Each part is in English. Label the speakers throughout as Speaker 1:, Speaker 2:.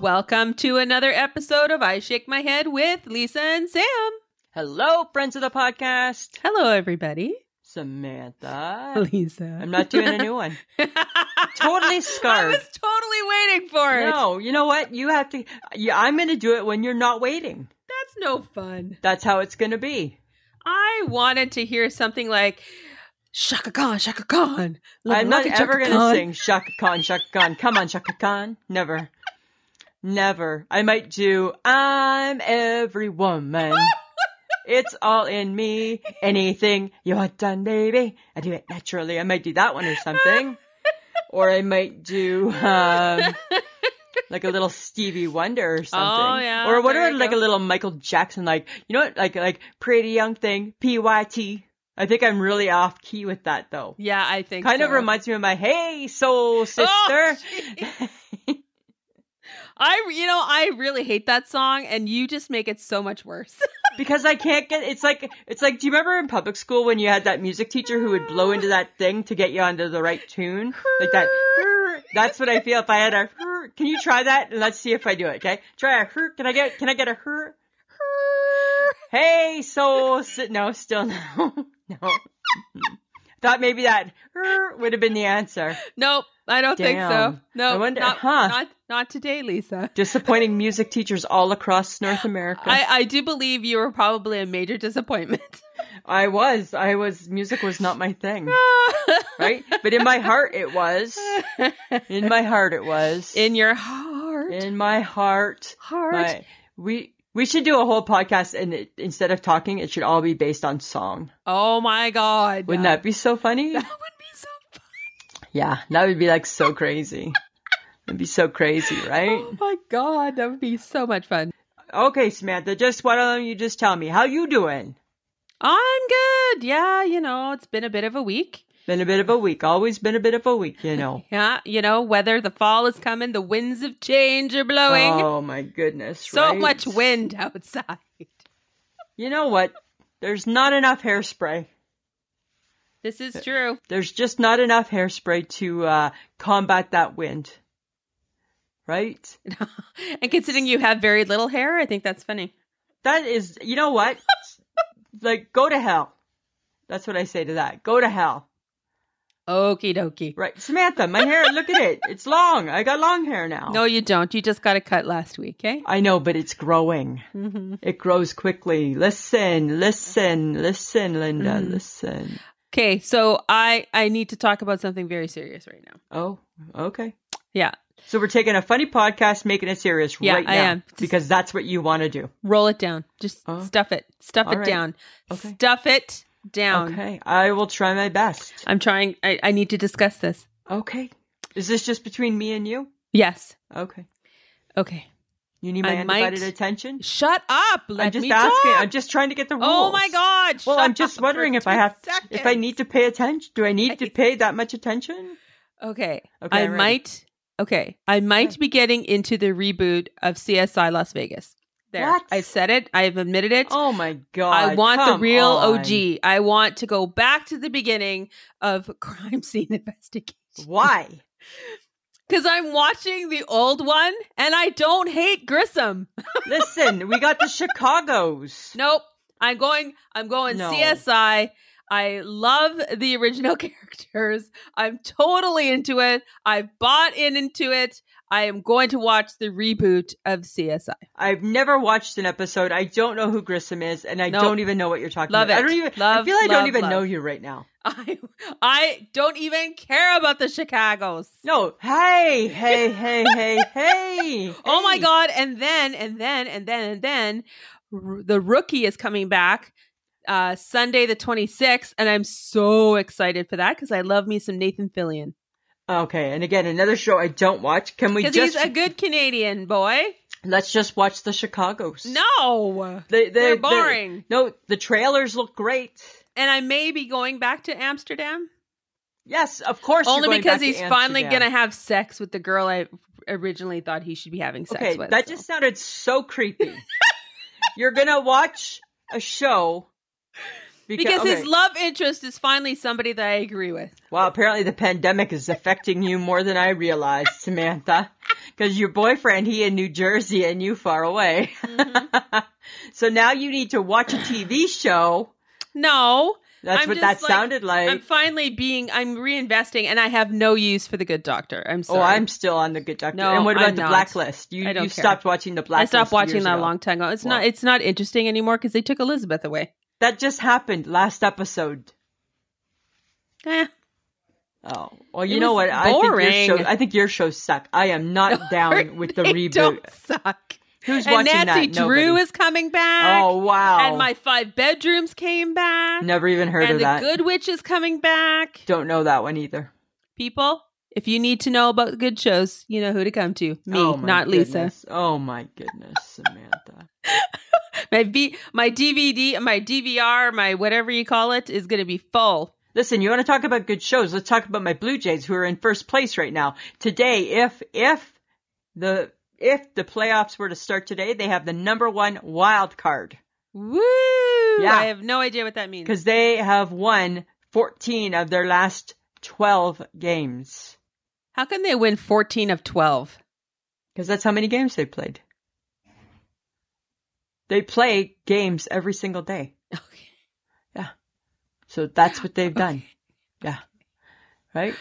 Speaker 1: Welcome to another episode of I Shake My Head with Lisa and Sam.
Speaker 2: Hello, friends of the podcast.
Speaker 1: Hello, everybody.
Speaker 2: Samantha.
Speaker 1: Lisa.
Speaker 2: I'm not doing a new one. Totally
Speaker 1: I
Speaker 2: scarred.
Speaker 1: was totally waiting for it.
Speaker 2: No, you know what? You have to. Yeah, I'm going to do it when you're not waiting.
Speaker 1: That's no fun.
Speaker 2: That's how it's going to be.
Speaker 1: I wanted to hear something like Shaka Khan, Shaka Khan.
Speaker 2: I'm not
Speaker 1: Lucky
Speaker 2: ever
Speaker 1: Chaka
Speaker 2: going to
Speaker 1: Khan."
Speaker 2: sing Shaka Khan, Shaka Khan. Come on, Shaka Khan. Never. Never. I might do I'm every woman. it's all in me. Anything you want done, baby. I do it naturally. I might do that one or something. Or I might do um, like a little Stevie Wonder or something.
Speaker 1: Oh, yeah,
Speaker 2: Or what
Speaker 1: there
Speaker 2: about
Speaker 1: you
Speaker 2: like
Speaker 1: go.
Speaker 2: a little Michael Jackson, like, you know what? Like, like pretty young thing, PYT. I think I'm really off key with that though
Speaker 1: Yeah, I think
Speaker 2: kind of
Speaker 1: so.
Speaker 2: reminds me of my hey soul sister
Speaker 1: Oh, jeez. I, you know, I really hate that song, and you just make it so much worse.
Speaker 2: because i can't get it's like it's like do you remember in public school when you had that music teacher who would blow into that thing to get you onto the right tune like that that's what i feel if i had a can you try that and let's see if i do it okay try a can i get can i get a her hey soul si- no still no no thought maybe that would have been the answer
Speaker 1: Nope, I don't think so.
Speaker 2: Damn.
Speaker 1: No,
Speaker 2: I wonder-
Speaker 1: not,
Speaker 2: huh.
Speaker 1: not not today, Lisa.
Speaker 2: disappointing music teachers all across north america
Speaker 1: I, I do believe you were probably a major disappointment.
Speaker 2: I was. I was. Music was not my thing, right? But in my heart, it was. In my heart, it was.
Speaker 1: In your heart,
Speaker 2: in my heart,
Speaker 1: heart.
Speaker 2: my we we should do a whole podcast, and it, instead of talking, it should all be based on song.
Speaker 1: oh my God,
Speaker 2: Wouldn't that be so funny?
Speaker 1: That would be so. Fun.
Speaker 2: yeah, that would be like so crazy. It'd be so crazy, right?
Speaker 1: Oh my God, that would be so much fun.
Speaker 2: Okay, Samantha, just why don't you just tell me how you doing?
Speaker 1: I'm good. Yeah, you know, it's been a bit of a week.
Speaker 2: Been a bit of a week. Always been a bit of a week, you know.
Speaker 1: Yeah, you know, weather, the fall is coming, the winds of change are blowing.
Speaker 2: Oh my goodness!
Speaker 1: so
Speaker 2: right?
Speaker 1: much wind outside.
Speaker 2: You know what? There's not enough hairspray.
Speaker 1: This
Speaker 2: Uh,
Speaker 1: is true.
Speaker 2: There's just not enough hairspray to uh, combat that wind. Right?
Speaker 1: And considering you have very little hair, I think that's funny.
Speaker 2: That is, you know what? like, go to hell. That's what I say to that. Go to hell.
Speaker 1: Okie dokie.
Speaker 2: Right. Samantha, my hair, look at it. It's long. I got long hair now.
Speaker 1: No, you don't. You just got a cut last week, eh?
Speaker 2: I know, but it's growing.
Speaker 1: Mhm.
Speaker 2: It grows quickly. Listen, listen, listen, Linda,
Speaker 1: Mhm.
Speaker 2: listen.
Speaker 1: Okay, so I I need to talk about something very serious right now.
Speaker 2: Oh, okay.
Speaker 1: Yeah,
Speaker 2: So we're taking a funny podcast, making it serious
Speaker 1: Yeah,
Speaker 2: right now
Speaker 1: I am.
Speaker 2: because that's what you want to do.
Speaker 1: roll it down. Just
Speaker 2: Oh.
Speaker 1: stuff it. Stuff
Speaker 2: All
Speaker 1: it
Speaker 2: right.
Speaker 1: down.
Speaker 2: Okay.
Speaker 1: Stuff it down.
Speaker 2: Okay, I will try my best.
Speaker 1: I'm trying. I, I need to discuss this.
Speaker 2: Okay. Is this just between me and you?
Speaker 1: Yes.
Speaker 2: Okay.
Speaker 1: Okay.
Speaker 2: You need
Speaker 1: I
Speaker 2: my undivided
Speaker 1: might-
Speaker 2: attention?
Speaker 1: Shut up. Let
Speaker 2: I'm just
Speaker 1: me
Speaker 2: asking.
Speaker 1: talk.
Speaker 2: I'm just trying to get the rules.
Speaker 1: oh my god.
Speaker 2: Well,
Speaker 1: shut
Speaker 2: I'm just
Speaker 1: up
Speaker 2: wondering
Speaker 1: for
Speaker 2: if I
Speaker 1: two
Speaker 2: have if I
Speaker 1: seconds.
Speaker 2: need to pay attention. Do I need to
Speaker 1: Okay.
Speaker 2: pay that much attention?
Speaker 1: Okay.
Speaker 2: Okay,
Speaker 1: I
Speaker 2: I'm ready.
Speaker 1: might. Okay. I might be getting into the reboot of CSI Las Vegas. There.
Speaker 2: What?
Speaker 1: I said it. I've admitted it.
Speaker 2: Oh my god.
Speaker 1: I want the
Speaker 2: come
Speaker 1: real
Speaker 2: on.
Speaker 1: OG. I want to go back to the beginning of crime scene investigation
Speaker 2: Why?
Speaker 1: because I'm watching the old one and I don't hate Grissom.
Speaker 2: Listen, we got the Chicago's.
Speaker 1: Nope. I'm going. I'm going
Speaker 2: No.
Speaker 1: CSI. I love the original characters. I'm totally into it. I've bought in into it. I am going to watch the reboot of CSI.
Speaker 2: I've never watched an episode. I don't know who Grissom is, and I
Speaker 1: No.
Speaker 2: don't even know what you're talking
Speaker 1: Love
Speaker 2: about. I
Speaker 1: it.
Speaker 2: don't even.
Speaker 1: Love,
Speaker 2: I feel I
Speaker 1: love,
Speaker 2: don't even
Speaker 1: love.
Speaker 2: know you right now.
Speaker 1: I I don't even care about the Chicago's.
Speaker 2: No. Hey, hey, hey, hey, hey.
Speaker 1: Oh my
Speaker 2: hey.
Speaker 1: god! And then and then and then and then r- the rookie is coming back uh Sunday the twenty sixth, and I'm so excited for that because I love me some Nathan Fillion
Speaker 2: Okay, and again, another show I don't watch. Can we
Speaker 1: because
Speaker 2: just
Speaker 1: he's a good Canadian boy.
Speaker 2: let's just watch the Chicago's?
Speaker 1: No,
Speaker 2: they, they,
Speaker 1: they're
Speaker 2: they-
Speaker 1: boring,
Speaker 2: no, the trailers look great.
Speaker 1: and I may be going back to Amsterdam
Speaker 2: Yes, of course. you're
Speaker 1: only
Speaker 2: going
Speaker 1: because
Speaker 2: back to
Speaker 1: he's finally
Speaker 2: Amsterdam.
Speaker 1: gonna have sex with the girl I originally thought he should be having sex
Speaker 2: Okay,
Speaker 1: with.
Speaker 2: that
Speaker 1: so.
Speaker 2: just sounded so creepy. you're gonna watch a show beca-
Speaker 1: because
Speaker 2: okay.
Speaker 1: his love interest is finally somebody that I agree with.
Speaker 2: Wow, apparently the pandemic is affecting you more than I realized, Samantha. Because your boyfriend, he in New Jersey and you far away.
Speaker 1: Mm-hmm.
Speaker 2: so now you need to watch a TV show.
Speaker 1: No,
Speaker 2: That's
Speaker 1: I'm
Speaker 2: what that
Speaker 1: just like-
Speaker 2: sounded like.
Speaker 1: I'm finally being. I'm reinvesting, and I have no use for the Good Doctor. I'm sorry.
Speaker 2: oh, I'm still on the good doctor.
Speaker 1: No,
Speaker 2: and what about
Speaker 1: I'm
Speaker 2: the
Speaker 1: not.
Speaker 2: blacklist? You
Speaker 1: I don't
Speaker 2: you
Speaker 1: care.
Speaker 2: stopped watching the
Speaker 1: I
Speaker 2: blacklist.
Speaker 1: stopped watching
Speaker 2: years
Speaker 1: that a
Speaker 2: ago.
Speaker 1: long time ago. It's
Speaker 2: Wow.
Speaker 1: not. It's not interesting anymore because they took Elizabeth away.
Speaker 2: That just happened last episode.
Speaker 1: Eh.
Speaker 2: Oh, well, you
Speaker 1: It
Speaker 2: know
Speaker 1: was
Speaker 2: what? I think your
Speaker 1: boring.
Speaker 2: show. I think your shows suck. I am not down with the
Speaker 1: They
Speaker 2: reboot.
Speaker 1: Don't suck.
Speaker 2: Who's
Speaker 1: and
Speaker 2: watching
Speaker 1: Nancy
Speaker 2: that?
Speaker 1: Drew
Speaker 2: Nobody.
Speaker 1: is coming back.
Speaker 2: Oh wow!
Speaker 1: And my five bedrooms came back.
Speaker 2: Never even heard
Speaker 1: and
Speaker 2: of
Speaker 1: the
Speaker 2: that.
Speaker 1: Good Witch is coming back.
Speaker 2: Don't know that one either.
Speaker 1: People, if you need to know about good shows, you know who to come to. Me,
Speaker 2: Oh, my
Speaker 1: not Lisa.
Speaker 2: goodness. Oh my goodness, Samantha.
Speaker 1: My v- my DVD, my DVR, my whatever you call it is going to be full.
Speaker 2: Listen, you want to talk about good shows? Let's talk about my Blue Jays, who are in first place right now. Today, if if the if the playoffs were to start today, they have the number one wild card
Speaker 1: Woo!
Speaker 2: Yeah.
Speaker 1: I have no idea what that means.
Speaker 2: because they have won 14 of their last 12 games.
Speaker 1: How can they win 14 of 12?
Speaker 2: Because that's how many games they played. They play games every single day.
Speaker 1: Okay.
Speaker 2: So that's what they've done. Yeah. Right?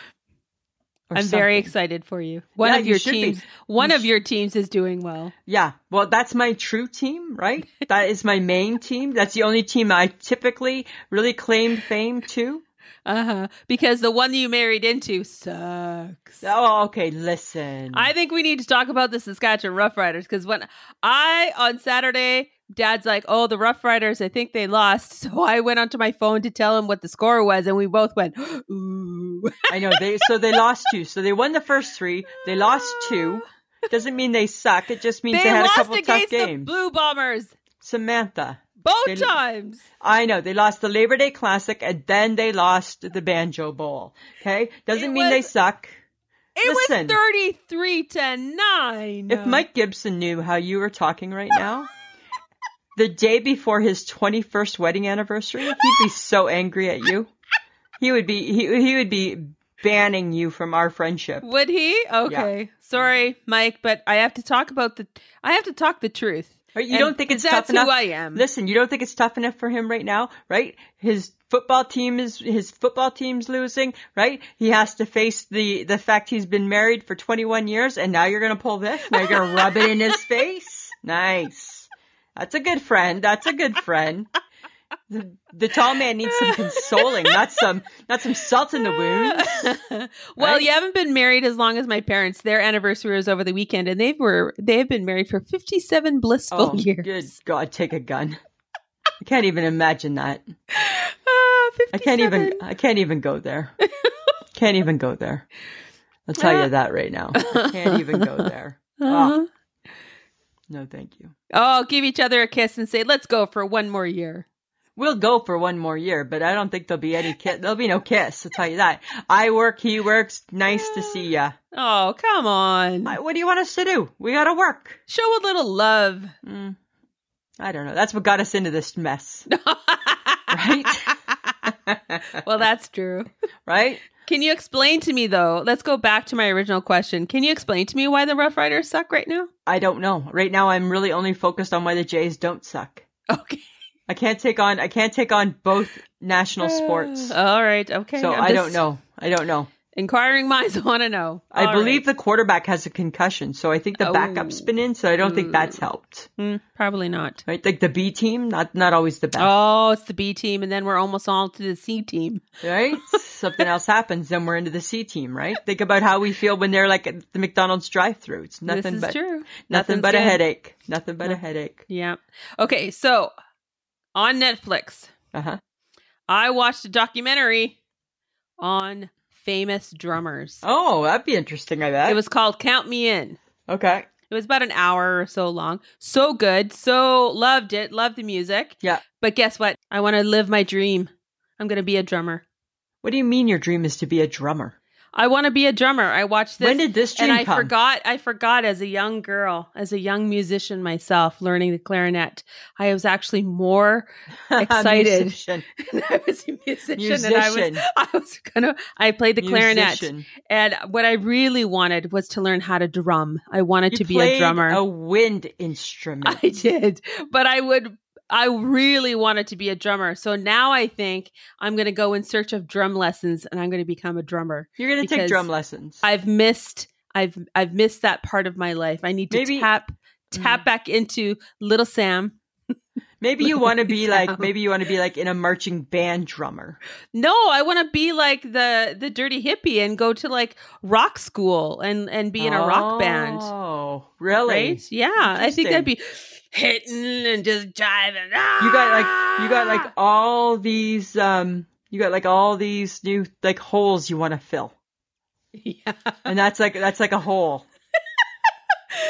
Speaker 2: Or
Speaker 1: I'm very
Speaker 2: something.
Speaker 1: excited for you. One
Speaker 2: Yeah,
Speaker 1: of
Speaker 2: you
Speaker 1: your
Speaker 2: should be.
Speaker 1: teams, one
Speaker 2: You
Speaker 1: of your teams is doing well.
Speaker 2: Yeah. Well, that's my true team, right? that is my main team. That's the only team I typically really claim fame to.
Speaker 1: Uh-huh. Because the one that you married into sucks.
Speaker 2: Oh, okay. Listen.
Speaker 1: I think we need to talk about the Saskatchewan Rough Riders because when I on Saturday, Dad's like, "Oh, the Rough Riders, I think they lost." So I went onto my phone to tell him what the score was, and we both went, "Ooh,
Speaker 2: I know they so they lost two. So they won the first three. They lost two. Doesn't mean they suck. It just means
Speaker 1: they,
Speaker 2: they, had a
Speaker 1: lost
Speaker 2: couple tough
Speaker 1: against the
Speaker 2: games.
Speaker 1: Blue Bombers
Speaker 2: Samantha.
Speaker 1: both
Speaker 2: They-
Speaker 1: times."
Speaker 2: I know they lost the Labor Day Classic and then they lost the Banjo Bowl. Okay, doesn't
Speaker 1: It
Speaker 2: mean they
Speaker 1: was-
Speaker 2: suck.
Speaker 1: It
Speaker 2: Listen.
Speaker 1: was thirty-three to nine.
Speaker 2: If Mike Gibson knew how you were talking right now, the day before his 21st wedding anniversary, he'd be so angry at you. He would be he, he would be banning you from our friendship.
Speaker 1: would he? Okay,
Speaker 2: Mm.
Speaker 1: sorry, Mike, but I have to talk about the. I have to talk the truth.
Speaker 2: Right? You
Speaker 1: And
Speaker 2: don't think it's
Speaker 1: that's
Speaker 2: tough enough?
Speaker 1: who I am.
Speaker 2: Listen, you don't think it's tough enough for him right now, right? His football team is his football team's losing, right? He has to face the the fact he's been married for 21 years, and now you're gonna pull this. Now you're gonna rub it in his face. Nice. That's a good friend. That's a good friend. The, the tall man needs some consoling, not some not some salt in the wound.
Speaker 1: well,
Speaker 2: Right?
Speaker 1: you haven't been married as long as my parents. Their anniversary was over the weekend, and they were they have been married for fifty seven blissful
Speaker 2: Oh,
Speaker 1: years.
Speaker 2: good God, take a gun. I can't even imagine that.
Speaker 1: Ah,
Speaker 2: I can't even
Speaker 1: 57.
Speaker 2: I can't even go there. can't even go there. I'll tell you that right now. I can't even go there. Ah,
Speaker 1: Uh-huh.
Speaker 2: no, thank you.
Speaker 1: Oh, give each other a kiss and say, "Let's go for one more year."
Speaker 2: We'll go for one more year, but I don't think there'll be any kiss. There'll be no kiss. I'll tell you that. I work, he works. Nice to see ya.
Speaker 1: Oh, come on!
Speaker 2: I- What do you want us to do? We gotta work.
Speaker 1: Show a little love.
Speaker 2: Mm, I don't know. That's what got us into this mess, right?
Speaker 1: well, that's true.
Speaker 2: right?
Speaker 1: Can you explain to me though? Let's go back to my original question. Can you explain to me why the Rough Riders suck right now?
Speaker 2: I don't know. Right now, I'm really only focused on why the Jays don't suck.
Speaker 1: Okay.
Speaker 2: I can't take on I can't take on both national sports.
Speaker 1: All right. Okay.
Speaker 2: so
Speaker 1: I'm
Speaker 2: I don't
Speaker 1: just-
Speaker 2: know. I don't know.
Speaker 1: Inquiring minds want to know.
Speaker 2: I
Speaker 1: All
Speaker 2: believe the quarterback has a concussion, so I think the backup's
Speaker 1: Oh.
Speaker 2: been in, so I don't think that's helped.
Speaker 1: right. Mm, probably not.
Speaker 2: Right? Like the B team, not not always the best.
Speaker 1: Oh, it's the B team, and then we're almost all to the C team.
Speaker 2: Right? Something else happens, then we're into the C team, right? Think about how we feel when they're like at the McDonald's drive through. It's
Speaker 1: this
Speaker 2: nothing
Speaker 1: is
Speaker 2: but
Speaker 1: true.
Speaker 2: nothing
Speaker 1: Nothing's
Speaker 2: but a
Speaker 1: good.
Speaker 2: headache. Nothing but a
Speaker 1: Noth-
Speaker 2: headache.
Speaker 1: Yeah. Okay. So on Netflix,
Speaker 2: Uh-huh.
Speaker 1: I watched a documentary on famous drummers.
Speaker 2: Oh, that'd be interesting, I bet.
Speaker 1: It was called "Count Me In."
Speaker 2: okay.
Speaker 1: It was about an hour or so long. So good. So loved it. Loved the music.
Speaker 2: Yeah.
Speaker 1: But guess what? I want to live my dream. I'm going to be a drummer.
Speaker 2: What do you mean your dream is to be a drummer?
Speaker 1: I want to be a drummer. I watched this.
Speaker 2: when did this dream
Speaker 1: and I
Speaker 2: come?
Speaker 1: forgot I forgot as a young girl, as a young musician myself learning the clarinet, I was actually more excited.
Speaker 2: Musician.
Speaker 1: I was a musician, and I was
Speaker 2: Musician.
Speaker 1: I was gonna I played the clarinet.
Speaker 2: Musician.
Speaker 1: And what I really wanted was to learn how to drum. I wanted
Speaker 2: You
Speaker 1: to be a
Speaker 2: played
Speaker 1: drummer.
Speaker 2: A wind instrument.
Speaker 1: I did, but I would. I really wanted to be a drummer. So now I think I'm going to go in search of drum lessons and I'm going to become a drummer.
Speaker 2: You're gonna take
Speaker 1: because
Speaker 2: drum lessons.
Speaker 1: I've missed I've I've missed that part of my life. I need to
Speaker 2: Maybe- Mm-hmm.
Speaker 1: tap tap back into little Sam.
Speaker 2: Maybe you want to be like
Speaker 1: sound.
Speaker 2: maybe you want to be like in a marching band drummer.
Speaker 1: No, I want to be like the the dirty hippie and go to like rock school and and be in a rock band.
Speaker 2: Oh, really?
Speaker 1: Right? Yeah, I think that'd be hitting and just driving. ah!
Speaker 2: You got like you got like all these um you got like all these new like holes you want to fill.
Speaker 1: yeah.
Speaker 2: And that's like that's like a hole.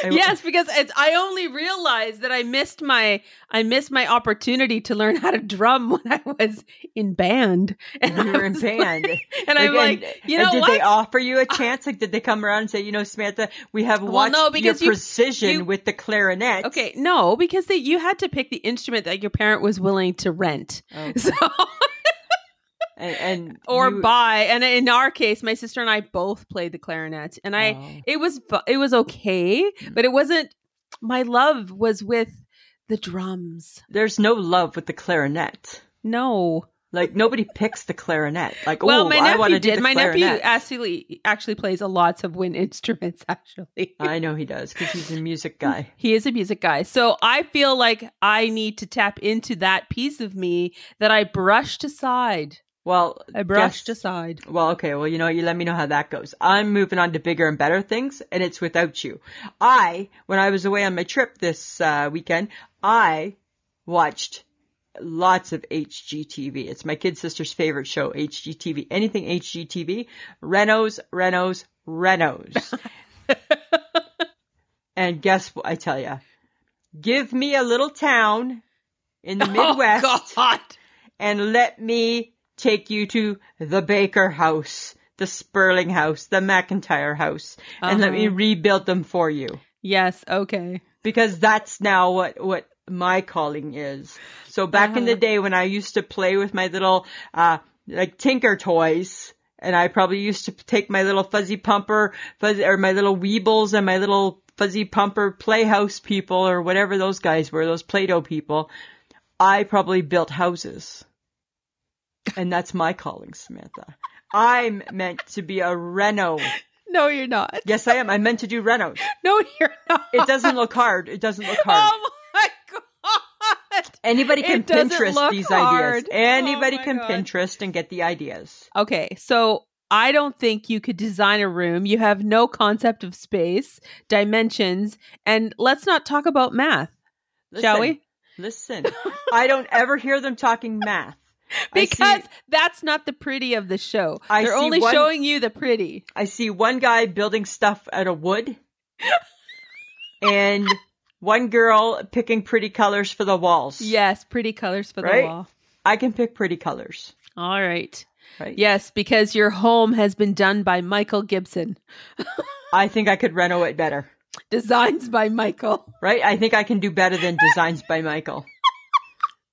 Speaker 2: I-
Speaker 1: yes, because it's, I only realized that I missed my I missed my opportunity to learn how to drum when I was in band, and
Speaker 2: when you were
Speaker 1: I
Speaker 2: in
Speaker 1: was
Speaker 2: band.
Speaker 1: like- and I'm
Speaker 2: Like,
Speaker 1: like,
Speaker 2: and-
Speaker 1: you
Speaker 2: and
Speaker 1: know
Speaker 2: did
Speaker 1: what?
Speaker 2: they offer you a chance? Like, did they come around and say, you know, Samantha, we have
Speaker 1: Well,
Speaker 2: watched
Speaker 1: no, because
Speaker 2: your
Speaker 1: you-
Speaker 2: precision
Speaker 1: you-
Speaker 2: with the clarinet.
Speaker 1: okay, no, because they, you had to pick the instrument that your parent was willing to rent,
Speaker 2: Oh,
Speaker 1: so
Speaker 2: and, and
Speaker 1: or
Speaker 2: you-
Speaker 1: buy. And in our case, my sister and I both played the clarinet, and I
Speaker 2: Oh. Mm.
Speaker 1: it was fu- it was okay, but it wasn't. My love was with the drums.
Speaker 2: There's no love with the clarinet.
Speaker 1: No.
Speaker 2: Like nobody picks the clarinet. Like,
Speaker 1: Well,
Speaker 2: oh,
Speaker 1: my
Speaker 2: I want
Speaker 1: nephew
Speaker 2: to do
Speaker 1: did.
Speaker 2: the
Speaker 1: My
Speaker 2: clarinet.
Speaker 1: nephew actually actually plays a lots of wind instruments. Actually,
Speaker 2: I know he does because he's a music guy.
Speaker 1: he is a music guy, so I feel like I need to tap into that piece of me that I brushed aside.
Speaker 2: Well,
Speaker 1: I brushed
Speaker 2: guess-
Speaker 1: aside.
Speaker 2: Well, okay. Well, you know, you let me know how that goes. I'm moving on to bigger and better things, and it's without you. I, when I was away on my trip this uh, weekend, I watched lots of HGTV. It's my kid sister's favorite show, HGTV. Anything HGTV, Renos, Renos, Renos. and guess what? I tell ya, give me a little town in the Midwest
Speaker 1: Oh, God.
Speaker 2: and let me take you to the Baker house, the Sperling house, the McIntyre house, and let me
Speaker 1: Uh-huh.
Speaker 2: rebuild them for you.
Speaker 1: Yes. Okay.
Speaker 2: Because that's now what, what my calling is. So back in the
Speaker 1: Uh-huh.
Speaker 2: day when I used to play with my little, uh, like tinker toys, and I probably used to take my little fuzzy pumper, fuzzy, or my little weebles and my little fuzzy pumper playhouse people or whatever those guys were, those Play-Doh people. I probably built houses. And that's my calling, Samantha. I'm meant to be a reno.
Speaker 1: No, you're not.
Speaker 2: Yes, I am. I'm meant to do renos.
Speaker 1: No, you're not.
Speaker 2: It doesn't look hard. It doesn't look hard.
Speaker 1: Oh my God.
Speaker 2: Anybody can
Speaker 1: It doesn't
Speaker 2: Pinterest
Speaker 1: look
Speaker 2: these
Speaker 1: hard.
Speaker 2: ideas. Anybody
Speaker 1: Oh my
Speaker 2: can
Speaker 1: God.
Speaker 2: Pinterest and get the ideas.
Speaker 1: Okay, so I don't think you could design a room. You have no concept of space, dimensions, and let's not talk about math, shall
Speaker 2: Listen,
Speaker 1: we?
Speaker 2: Listen. I don't ever hear them talking math. I see-
Speaker 1: Because that's not the pretty of the show.
Speaker 2: I
Speaker 1: They're
Speaker 2: see
Speaker 1: only
Speaker 2: one-
Speaker 1: showing you the pretty.
Speaker 2: I see one guy building stuff out of wood and one girl picking pretty colors for the walls.
Speaker 1: Yes, pretty colors for
Speaker 2: Right?
Speaker 1: the wall.
Speaker 2: I can pick pretty colors.
Speaker 1: All right.
Speaker 2: Right.
Speaker 1: Yes, because your home has been done by Michael Gibson.
Speaker 2: I think I could reno it better.
Speaker 1: Designs by Michael.
Speaker 2: Right? I think I can do better than Designs by Michael.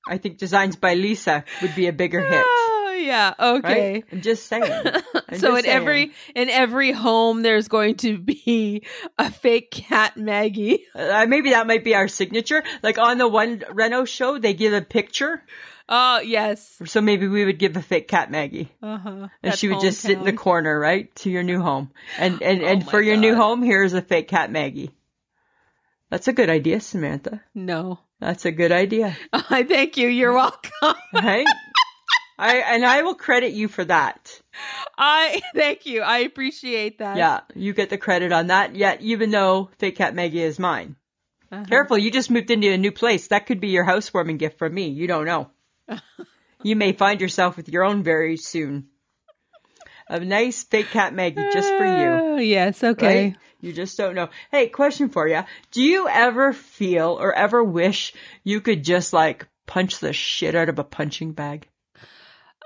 Speaker 2: I think Designs by Lisa would be a bigger hit.
Speaker 1: Oh, yeah. Okay.
Speaker 2: Right? I'm just saying. I'm
Speaker 1: so
Speaker 2: just
Speaker 1: in
Speaker 2: saying.
Speaker 1: every in every home there's going to be a fake cat Maggie.
Speaker 2: uh, maybe that might be our signature. Like on the one Reno show, they give a picture,
Speaker 1: Oh yes.
Speaker 2: so maybe we would give a fake cat Maggie,
Speaker 1: Uh-huh.
Speaker 2: and she would just sit in the
Speaker 1: corner.
Speaker 2: corner, right, to your new home. And and
Speaker 1: Oh
Speaker 2: and
Speaker 1: my
Speaker 2: for your new
Speaker 1: God.
Speaker 2: home, here's a fake cat Maggie. That's a good idea, Samantha.
Speaker 1: No.
Speaker 2: That's a good idea.
Speaker 1: I thank you. You're welcome.
Speaker 2: right? I and I will credit you for that.
Speaker 1: I thank you. I appreciate that.
Speaker 2: Yeah, you get the credit on that. Yet, even though Fake Cat Maggie is mine,
Speaker 1: Uh-huh.
Speaker 2: careful, you just moved into a new place. That could be your housewarming gift from me. You don't know. you may find yourself with your own very soon. A nice Fake Cat Maggie just for you.
Speaker 1: Oh, yes. Okay.
Speaker 2: Right? You just don't know. Hey, question for you. Do you ever feel or ever wish you could just like punch the shit out of a punching bag?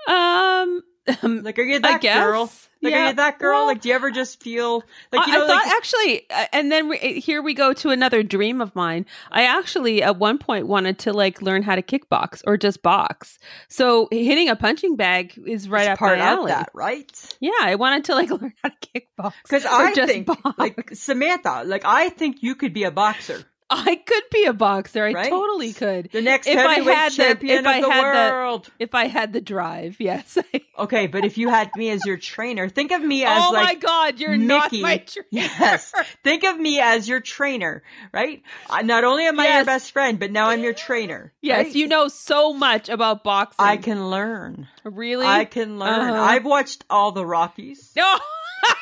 Speaker 1: Um. Um,
Speaker 2: Like, are you
Speaker 1: I
Speaker 2: that
Speaker 1: guess.
Speaker 2: girl? Like, are
Speaker 1: Yeah.
Speaker 2: you that girl?
Speaker 1: Well,
Speaker 2: like, do you ever just feel like you
Speaker 1: I-
Speaker 2: know,
Speaker 1: I thought
Speaker 2: like,
Speaker 1: actually, uh, and then we, uh, here we go to another dream of mine. I actually at one point wanted to like learn how to kickbox or just box. So hitting a punching bag is right
Speaker 2: it's
Speaker 1: up
Speaker 2: part
Speaker 1: my
Speaker 2: of
Speaker 1: alley.
Speaker 2: that, right?
Speaker 1: Yeah, I wanted to like learn how to kickbox
Speaker 2: Because
Speaker 1: or
Speaker 2: I
Speaker 1: just
Speaker 2: think,
Speaker 1: box.
Speaker 2: like Samantha, like I think you could be a boxer.
Speaker 1: I could be a boxer. I
Speaker 2: Right?
Speaker 1: totally could
Speaker 2: The next
Speaker 1: If I
Speaker 2: heavyweight
Speaker 1: had the-
Speaker 2: champion
Speaker 1: if I
Speaker 2: of the
Speaker 1: had the-
Speaker 2: world.
Speaker 1: if I had the drive. Yes.
Speaker 2: Okay, but if you had me as your trainer, think of me as
Speaker 1: oh my
Speaker 2: like
Speaker 1: god, you're not
Speaker 2: Mickey.
Speaker 1: my trainer.
Speaker 2: Yes. Think of me as your trainer, right? I, not only am I your
Speaker 1: Yes.
Speaker 2: best friend, but now I'm your trainer.
Speaker 1: Yes,
Speaker 2: right?
Speaker 1: you know so much about boxing.
Speaker 2: I can learn.
Speaker 1: really.
Speaker 2: I can learn.
Speaker 1: Uh-huh.
Speaker 2: I've watched all the Rockies.
Speaker 1: no.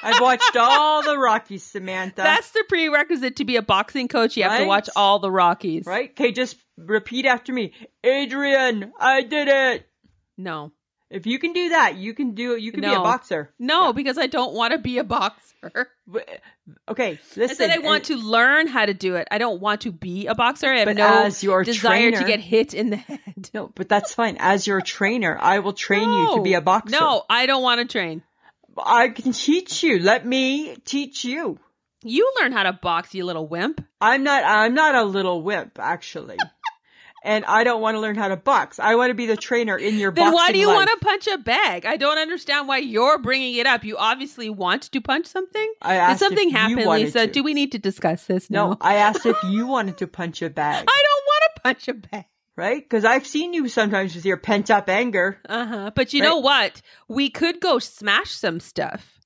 Speaker 2: I've watched all the Rockies, Samantha.
Speaker 1: That's the prerequisite to be a boxing coach. You have to
Speaker 2: Right?
Speaker 1: watch all the Rockies.
Speaker 2: right? Okay, just repeat after me. Adrian, I did it.
Speaker 1: No.
Speaker 2: If you can do that, you can do it. You can be a
Speaker 1: No.
Speaker 2: boxer.
Speaker 1: No, because I don't want to be a boxer.
Speaker 2: W- Okay,
Speaker 1: I
Speaker 2: listen.
Speaker 1: said I want to learn how to do it. I don't want to be a boxer. I have
Speaker 2: But
Speaker 1: no
Speaker 2: as your
Speaker 1: desire to
Speaker 2: trainer-
Speaker 1: get hit in the head.
Speaker 2: No, but that's fine. As your trainer, I will train you to be a
Speaker 1: No.
Speaker 2: boxer.
Speaker 1: No, I don't want to train.
Speaker 2: I can teach you. Let me teach you.
Speaker 1: You learn how to box, you little wimp.
Speaker 2: I'm not I'm not a little wimp actually. and I don't want to learn how to box. I want to be the trainer in your
Speaker 1: Then
Speaker 2: boxing
Speaker 1: why do you
Speaker 2: life.
Speaker 1: want to punch a bag? I don't understand why you're bringing it up. You obviously want to punch something.
Speaker 2: I
Speaker 1: Did
Speaker 2: asked if
Speaker 1: something
Speaker 2: you
Speaker 1: happen,
Speaker 2: wanted
Speaker 1: Lisa?
Speaker 2: to.
Speaker 1: Do we need to discuss this?
Speaker 2: no,
Speaker 1: No.
Speaker 2: I asked if you wanted to punch a bag,
Speaker 1: I don't want to punch a bag.
Speaker 2: right? Cuz I've seen you sometimes with your pent-up anger.
Speaker 1: Uh-huh. But you
Speaker 2: Right?
Speaker 1: know what? We could go smash some stuff.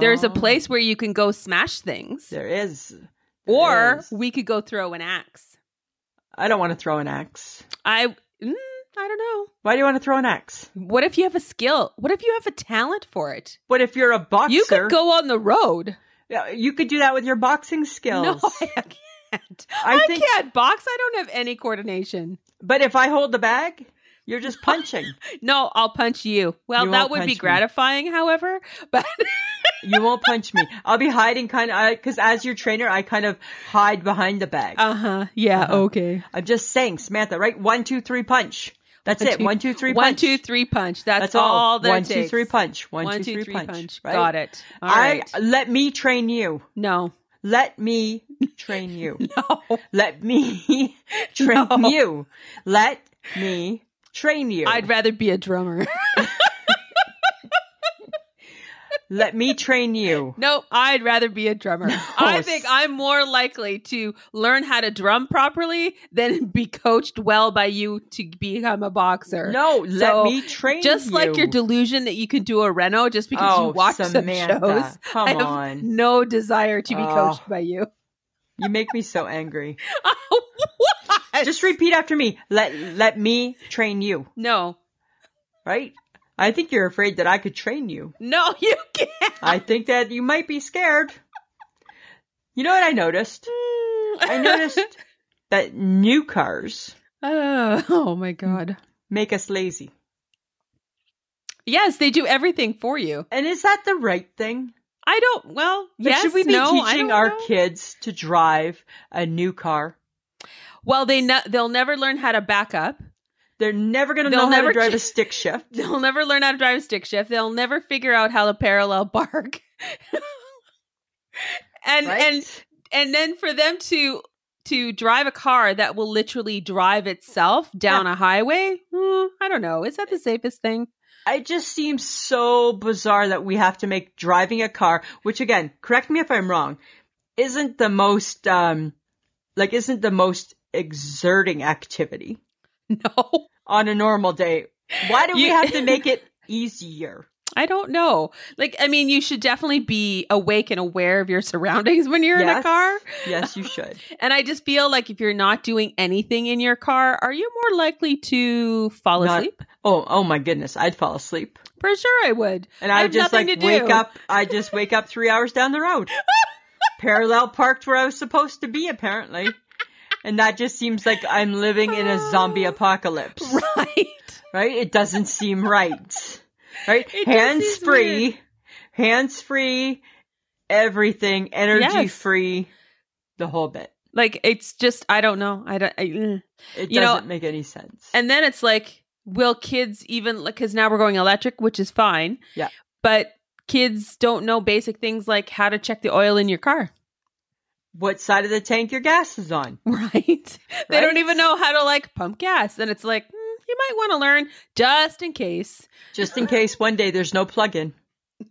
Speaker 1: There's a
Speaker 2: Oh,
Speaker 1: place where you can go smash things.
Speaker 2: There is. There
Speaker 1: or
Speaker 2: is.
Speaker 1: we could go throw an axe.
Speaker 2: I don't want to throw an axe.
Speaker 1: I mm, I don't know.
Speaker 2: Why do you want to throw an axe?
Speaker 1: What if you have a skill? What if you have a talent for it?
Speaker 2: But if you're a boxer,
Speaker 1: You could go on the road.
Speaker 2: Yeah, you could do that with your boxing skills.
Speaker 1: No, I can't.
Speaker 2: I
Speaker 1: I,
Speaker 2: think-
Speaker 1: can't box. I don't have any coordination.
Speaker 2: But if I hold the bag, you're just punching.
Speaker 1: No, I'll punch you. Well,
Speaker 2: You
Speaker 1: that
Speaker 2: won't
Speaker 1: would
Speaker 2: punch me.
Speaker 1: be gratifying, however. But
Speaker 2: you won't punch me. I'll be hiding kind of because as your trainer, I kind of hide behind the bag.
Speaker 1: uh huh. Yeah.
Speaker 2: Uh-huh.
Speaker 1: Okay.
Speaker 2: I'm just saying, Samantha. Right? One, two, three, punch. That's
Speaker 1: One,
Speaker 2: it.
Speaker 1: two-
Speaker 2: One, two, three,
Speaker 1: One,
Speaker 2: punch.
Speaker 1: two, three, punch. That's,
Speaker 2: That's
Speaker 1: all.
Speaker 2: all.
Speaker 1: that
Speaker 2: One,
Speaker 1: it
Speaker 2: two,
Speaker 1: takes.
Speaker 2: three, punch. One,
Speaker 1: One,
Speaker 2: two, three, punch. Right?
Speaker 1: Got it. All
Speaker 2: I
Speaker 1: right.
Speaker 2: let me train you.
Speaker 1: No.
Speaker 2: Let me train you.
Speaker 1: No.
Speaker 2: Let me train
Speaker 1: No.
Speaker 2: you. Let me train you.
Speaker 1: I'd rather be a drummer.
Speaker 2: Let me train you.
Speaker 1: no, I'd rather be a drummer.
Speaker 2: No.
Speaker 1: I think I'm more likely to learn how to drum properly than be coached well by you to become a boxer.
Speaker 2: No, let
Speaker 1: So,
Speaker 2: me train you.
Speaker 1: Just like your delusion that you can do a reno just because
Speaker 2: oh,
Speaker 1: you watch
Speaker 2: Samantha,
Speaker 1: some shows.
Speaker 2: Come
Speaker 1: I have
Speaker 2: on.
Speaker 1: No desire to be
Speaker 2: Oh.
Speaker 1: coached by you. Oh,
Speaker 2: You make me so angry.
Speaker 1: what?
Speaker 2: Just repeat after me. Let let me train you,
Speaker 1: No,
Speaker 2: right? I think you're afraid that I could train you.
Speaker 1: no, you can't.
Speaker 2: I think that you might be scared. You know what I noticed? I noticed that new cars
Speaker 1: oh, oh my god.
Speaker 2: make us lazy.
Speaker 1: Yes, they do everything for you.
Speaker 2: And is that the right thing?
Speaker 1: I don't. Well,
Speaker 2: Like,
Speaker 1: yes,
Speaker 2: should we be
Speaker 1: no, I
Speaker 2: teaching
Speaker 1: don't
Speaker 2: our
Speaker 1: know.
Speaker 2: kids to drive a new car?
Speaker 1: Well, they ne- they'll never learn how to back up.
Speaker 2: They're never going to
Speaker 1: They'll
Speaker 2: know how to
Speaker 1: never
Speaker 2: drive
Speaker 1: ch-
Speaker 2: a stick shift.
Speaker 1: They'll never learn how to drive a stick shift. They'll never figure out how to parallel park. and
Speaker 2: right?
Speaker 1: and and then for them to to drive a car that will literally drive itself down a highway Hmm, i don't know is that the safest thing
Speaker 2: It just seems so bizarre that we have to make driving a car, which again, correct me if I'm wrong, isn't the most um like isn't the most exerting activity
Speaker 1: no
Speaker 2: on a normal day. Why do we
Speaker 1: You-
Speaker 2: have to make it easier?
Speaker 1: i don't know like i mean you should definitely be awake and aware of your surroundings when you're in a
Speaker 2: Yes.
Speaker 1: car
Speaker 2: Yes, you should.
Speaker 1: and i just feel like if you're not doing anything in your car are you more likely to fall
Speaker 2: Not-
Speaker 1: asleep
Speaker 2: Oh, oh my goodness, I'd fall asleep.
Speaker 1: for sure i would
Speaker 2: And
Speaker 1: I
Speaker 2: I,
Speaker 1: have
Speaker 2: would just like
Speaker 1: nothing to do.
Speaker 2: wake up I just wake up 3 hours down the road. Parallel parked where I was supposed to be apparently. And that just seems like I'm living in a zombie apocalypse.
Speaker 1: right
Speaker 2: right? It doesn't seem right. Right?
Speaker 1: It does
Speaker 2: Hands
Speaker 1: seem weird.
Speaker 2: free, hands free, everything, energy
Speaker 1: Yes.
Speaker 2: free, the whole bit.
Speaker 1: like it's just i don't know i don't I, mm.
Speaker 2: It
Speaker 1: You know,
Speaker 2: doesn't make any sense.
Speaker 1: and then it's like will kids even because now we're going electric, which is fine.
Speaker 2: Yeah.
Speaker 1: But kids don't know basic things like how to check the oil in your car,
Speaker 2: What side of the tank your gas is on?
Speaker 1: right? They
Speaker 2: Right?
Speaker 1: don't even know how to like pump gas, and it's like mm, you might want to learn just in case.
Speaker 2: Just in case one day there's no plug-in,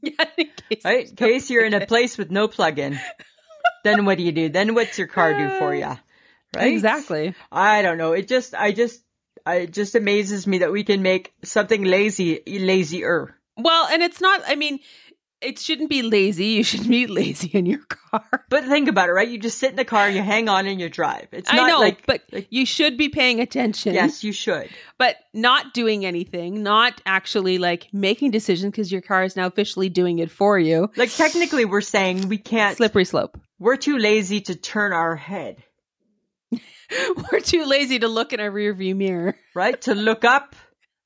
Speaker 1: Yeah, in case.
Speaker 2: right? In case you're in a place with no plug-in, then what do you do? Then what's your car do for you? Right?
Speaker 1: Exactly.
Speaker 2: I don't know. It just, I just, I, it just amazes me that we can make something lazy, lazier.
Speaker 1: Well, and it's not. I mean, it shouldn't be lazy. You should be lazy in your car.
Speaker 2: But think about it, right? You just sit in the car, you hang on, and you drive. It's not
Speaker 1: I know,
Speaker 2: like,
Speaker 1: but
Speaker 2: like-
Speaker 1: you should be paying attention.
Speaker 2: yes, you should.
Speaker 1: But not doing anything, not actually like making decisions because your car is now officially doing it for you.
Speaker 2: Like technically, we're saying we can't.
Speaker 1: Slippery slope.
Speaker 2: We're too lazy to turn our head,
Speaker 1: We're too lazy to look in our rearview mirror.
Speaker 2: right? to look up,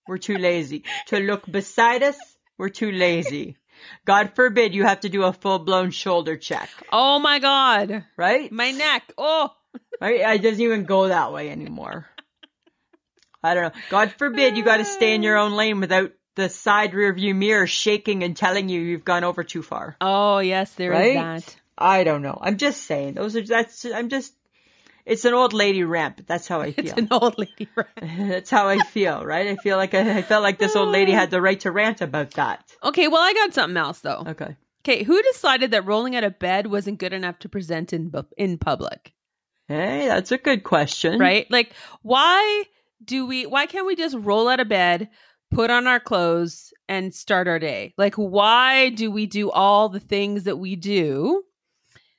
Speaker 2: we're too lazy. To look beside us, we're too lazy. God forbid you have to do a full blown shoulder check,
Speaker 1: Oh my God.
Speaker 2: right?
Speaker 1: My neck. Oh,
Speaker 2: Right? It doesn't even go that way anymore. I don't know. God forbid you got to stay in your own lane without the side rear view mirror shaking and telling you you've gone over too far.
Speaker 1: oh yes, there is
Speaker 2: Right?
Speaker 1: that.
Speaker 2: I don't know. I'm just saying. Those are that's. I'm just. It's an old lady ramp. That's how I
Speaker 1: It's
Speaker 2: feel.
Speaker 1: an old lady rant.
Speaker 2: that's how I feel. Right. I feel like I, I felt like this old lady had the right to rant about that.
Speaker 1: Okay, well, I got something else though.
Speaker 2: Okay.
Speaker 1: Okay, who decided that rolling out of bed wasn't good enough to present in bu- in public?
Speaker 2: Hey, that's a good question.
Speaker 1: right? Like, why do we? Why can't we just roll out of bed, put on our clothes, and start our day? Like, why do we do all the things that we do?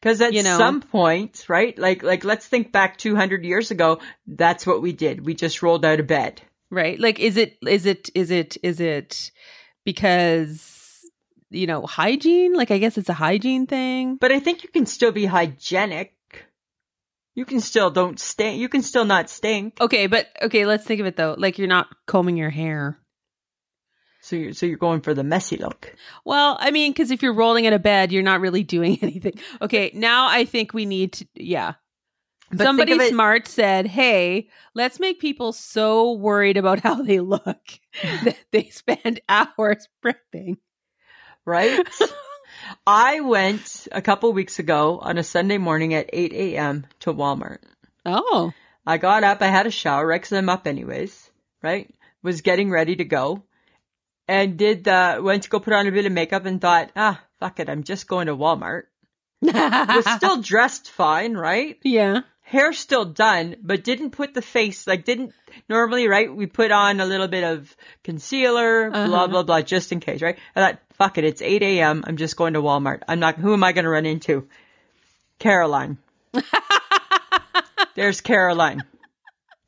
Speaker 2: Because at
Speaker 1: You know.
Speaker 2: some point, right? Like like let's think back 200 years ago. That's what we did. We just rolled out of bed.
Speaker 1: Right? Like, is it is it is it is it because you know hygiene? Like, I guess it's a hygiene thing.
Speaker 2: But I think you can still be hygienic. You can still don't stink. You can still not stink.
Speaker 1: Okay, but okay, let's think of it though. Like, you're not combing your hair.
Speaker 2: So you're so you're going for the messy look.
Speaker 1: Well, I mean, because if you're rolling out of bed, you're not really doing anything. Okay, now I think we need to, yeah.
Speaker 2: But think
Speaker 1: Somebody
Speaker 2: of it-
Speaker 1: smart said, "Hey, let's make people so worried about how they look that they spend hours prepping."
Speaker 2: right? I went a couple weeks ago on a Sunday morning at 8 a.m. to Walmart.
Speaker 1: Oh,
Speaker 2: I got up, I had a shower, right? 'cause I'm up anyways, right? Was getting ready to go and did, uh, went to go put on a bit of makeup and thought, ah, fuck it, I'm just going to Walmart. Was still dressed fine, right?
Speaker 1: yeah,
Speaker 2: hair still done, but didn't put the face, like didn't normally, right? We put on a little bit of concealer, blah,
Speaker 1: Uh-huh.
Speaker 2: blah, blah, just in case, right? I thought, fuck it. It's 8 a.m. I'm just going to Walmart. I'm not, who am I going to run into? Caroline. There's Caroline.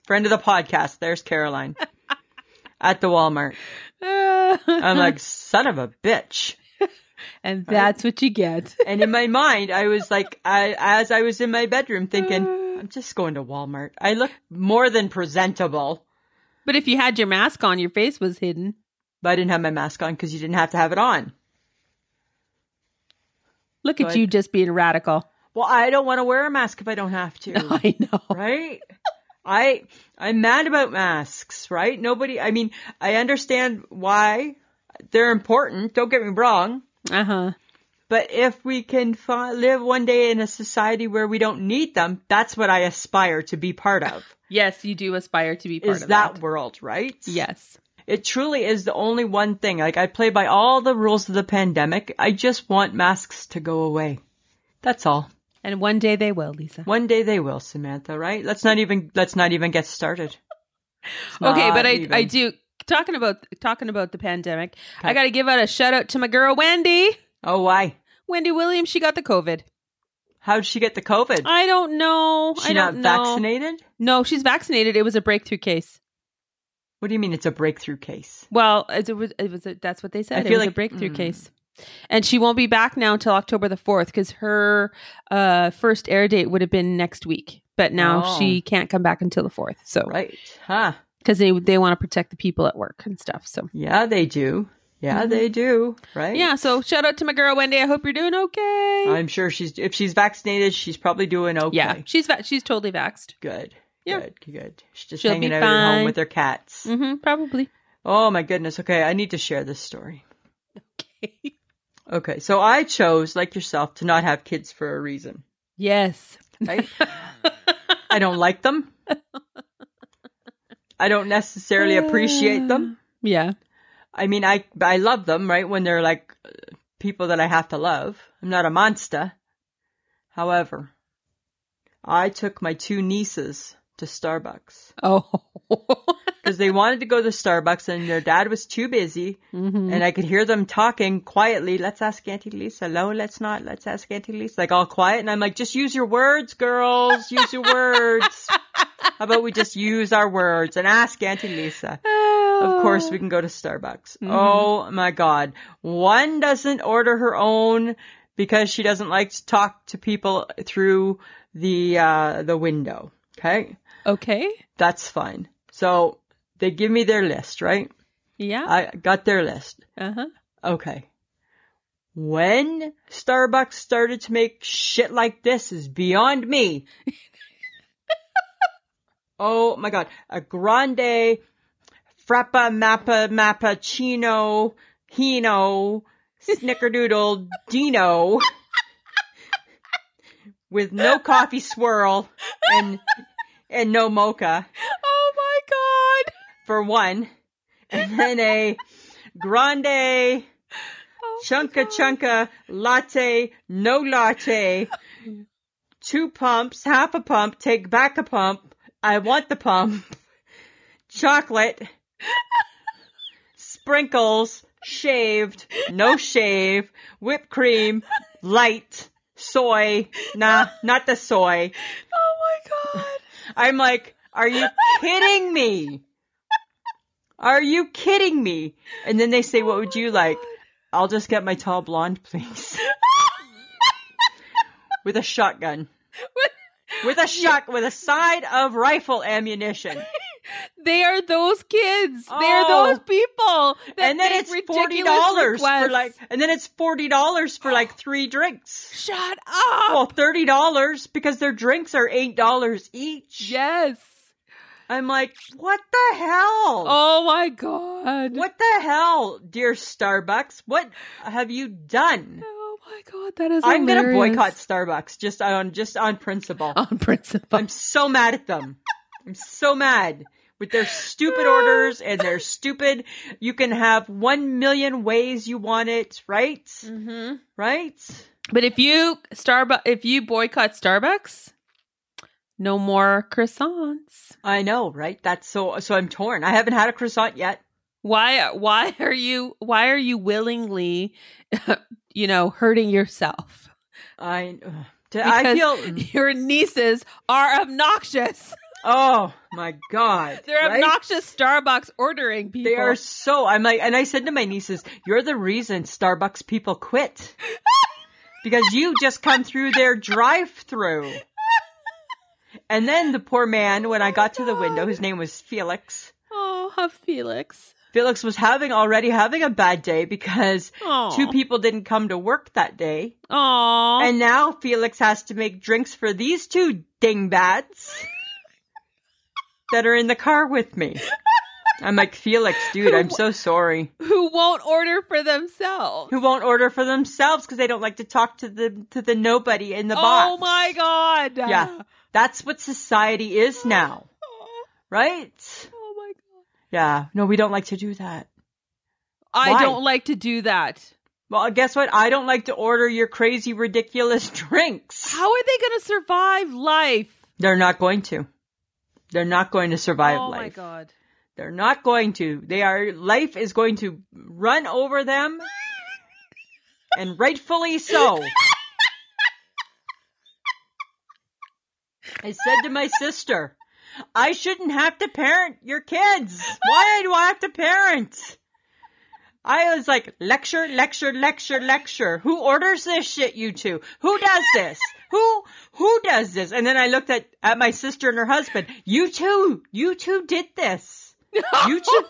Speaker 2: Friend of the podcast. There's Caroline at the Walmart.
Speaker 1: Uh,
Speaker 2: I'm like, son of a bitch.
Speaker 1: and that's what you get.
Speaker 2: And in my mind, I was like, I, as I was in my bedroom thinking, I'm just going to Walmart. I look more than presentable.
Speaker 1: But if you had your mask on, your face was hidden.
Speaker 2: But I didn't have my mask on because you didn't have to have it on.
Speaker 1: Look at
Speaker 2: Good.
Speaker 1: you just being radical.
Speaker 2: Well, I don't want to wear a mask if I don't have to,
Speaker 1: I know.
Speaker 2: right? I I'm mad about masks, right? Nobody. I mean, I understand why they're important. Don't get me wrong.
Speaker 1: Uh huh.
Speaker 2: But if we can fi- live one day in a society where we don't need them, that's what I aspire to be part of.
Speaker 1: Yes, you do aspire to be part
Speaker 2: is
Speaker 1: of
Speaker 2: that world, right?
Speaker 1: Yes.
Speaker 2: It truly is the only one thing. Like I play by all the rules of the pandemic. I just want masks to go away. That's all.
Speaker 1: And one day they will, Lisa.
Speaker 2: One day they will, Samantha, right? Let's not even let's not even get started. It's
Speaker 1: okay,
Speaker 2: not
Speaker 1: but I
Speaker 2: even-
Speaker 1: I do talking about talking about the pandemic. I got to give out a shout out to my girl Wendy.
Speaker 2: Oh why?
Speaker 1: Wendy Williams, she got the COVID.
Speaker 2: How'd she get the COVID?
Speaker 1: I don't know.
Speaker 2: she
Speaker 1: I
Speaker 2: not
Speaker 1: don't know.
Speaker 2: vaccinated?
Speaker 1: No, she's vaccinated. It was a breakthrough case.
Speaker 2: What do you mean it's a breakthrough case?
Speaker 1: Well, it was. It was a, that's what they said.
Speaker 2: I
Speaker 1: it
Speaker 2: feel
Speaker 1: was a
Speaker 2: like-
Speaker 1: breakthrough
Speaker 2: mm.
Speaker 1: case, and she won't be back now until October the fourth because her uh, first air date would have been next week. But now
Speaker 2: Oh.
Speaker 1: she can't come back until the fourth. So
Speaker 2: Right. Huh.
Speaker 1: because they they want to protect the people at work and stuff. So
Speaker 2: Yeah, they do. Yeah, they do. Right?
Speaker 1: Mm-hmm. yeah. So shout out to my girl Wendy. I hope you're doing okay.
Speaker 2: I'm sure she's if she's vaccinated, she's probably doing okay.
Speaker 1: Yeah, she's va- she's totally vaxxed.
Speaker 2: Good.
Speaker 1: Yeah.
Speaker 2: Good, good. She's just
Speaker 1: She'll
Speaker 2: hanging
Speaker 1: be
Speaker 2: out at home
Speaker 1: fine.
Speaker 2: with her cats.
Speaker 1: Mm-hmm, probably.
Speaker 2: Oh my goodness. Okay, I need to share this story.
Speaker 1: Okay.
Speaker 2: Okay, so I chose, like yourself, to not have kids for a reason.
Speaker 1: Yes.
Speaker 2: Right? I don't like them. I don't necessarily appreciate them.
Speaker 1: Yeah.
Speaker 2: I mean, I I love them, right? When they're like uh, people that I have to love. I'm not a monster. However, I took my two nieces to Starbucks
Speaker 1: Oh.
Speaker 2: because they wanted to go to Starbucks and their dad was too busy
Speaker 1: Mhm.
Speaker 2: and I could hear them talking quietly. Let's ask Auntie Lisa. No, let's not. Let's ask Auntie Lisa. Like all quiet. And I'm like, just use your words, girls. Use your words. How about we just use our words and ask Auntie Lisa? Of course, we can go to Starbucks.
Speaker 1: Mhm.
Speaker 2: Oh my God. One doesn't order her own because she doesn't like to talk to people through the, uh, the window. Okay.
Speaker 1: Okay.
Speaker 2: That's fine. So they give me their list, right?
Speaker 1: Yeah.
Speaker 2: I got their list.
Speaker 1: Uh huh.
Speaker 2: Okay. When Starbucks started to make shit like this is beyond me. oh my god. A grande, frappa, mappa, mappuccino, hino, snickerdoodle, dino, with no coffee swirl and, and no mocha
Speaker 1: Oh my god.
Speaker 2: for one, and then a grande,
Speaker 1: Oh my
Speaker 2: chunka
Speaker 1: God.
Speaker 2: chunka latte no latte two pumps half a pump take back a pump i want the pump chocolate sprinkles shaved no shave whipped cream light soy nah not the soy
Speaker 1: Oh my god.
Speaker 2: i'm like are you kidding me are you kidding me and then they say what would you like I'll just get my tall blonde, please. with a shotgun. With a shot with a side of rifle ammunition.
Speaker 1: They are those kids. they are
Speaker 2: Oh.
Speaker 1: those people. That
Speaker 2: and then
Speaker 1: make
Speaker 2: it's
Speaker 1: ridiculous
Speaker 2: forty dollars for
Speaker 1: requests.
Speaker 2: like and then it's forty dollars for like three drinks.
Speaker 1: Shut up.
Speaker 2: Well, thirty dollars because their drinks are eight dollars each.
Speaker 1: yes.
Speaker 2: I'm like, what the hell?
Speaker 1: Oh my god.
Speaker 2: What the hell, dear Starbucks? What have you done?
Speaker 1: Oh my god. That is.
Speaker 2: I'm gonna
Speaker 1: hilarious.
Speaker 2: boycott Starbucks just on just on principle.
Speaker 1: on principle.
Speaker 2: I'm so mad at them. I'm so mad with their stupid orders and their stupid. You can have one million ways you want it, right?
Speaker 1: mm-hmm.
Speaker 2: Right?
Speaker 1: But if you Starbucks, if you boycott Starbucks, no more croissants.
Speaker 2: I know, right? That's so. So I'm torn. I haven't had a croissant yet.
Speaker 1: Why? Why are you? Why are you willingly, you know, hurting yourself?
Speaker 2: I. ugh. I
Speaker 1: Because-
Speaker 2: feel.
Speaker 1: Your nieces are obnoxious.
Speaker 2: Oh my god!
Speaker 1: They're
Speaker 2: right?
Speaker 1: obnoxious Starbucks ordering people.
Speaker 2: They are so. I'm like, and I said to my nieces, "You're the reason Starbucks people quit because you just come through their drive-through." And then the poor man, when I got to the window, his name was Felix.
Speaker 1: Oh, have Felix.
Speaker 2: Felix was having already having a bad day because
Speaker 1: Oh,
Speaker 2: two people didn't come to work that day,
Speaker 1: Oh,
Speaker 2: and now Felix has to make drinks for these two dingbats that are in the car with me. I'm like, Felix, dude, I'm so sorry.
Speaker 1: who won't order for themselves?
Speaker 2: who won't order for themselves because they don't like to talk to the to the nobody in the box.
Speaker 1: Oh my god.
Speaker 2: Yeah. That's what society is now,
Speaker 1: Oh,
Speaker 2: right?
Speaker 1: oh my god.
Speaker 2: Yeah. No, we don't like to do that.
Speaker 1: I
Speaker 2: Why?
Speaker 1: don't like to do that.
Speaker 2: Well, guess what? I don't like to order your crazy, ridiculous drinks.
Speaker 1: How are they going to survive life?
Speaker 2: They're not going to. They're not going to survive
Speaker 1: oh my
Speaker 2: life.
Speaker 1: god.
Speaker 2: They're not going to. They are life is going to run over them. and rightfully so. I said to my sister, I shouldn't have to parent your kids. Why do I have to parent? I was like, lecture, lecture, lecture, lecture. Who orders this shit, you two? Who does this? Who, who does this? And then I looked at, at my sister and her husband. You two, you two did this. You two,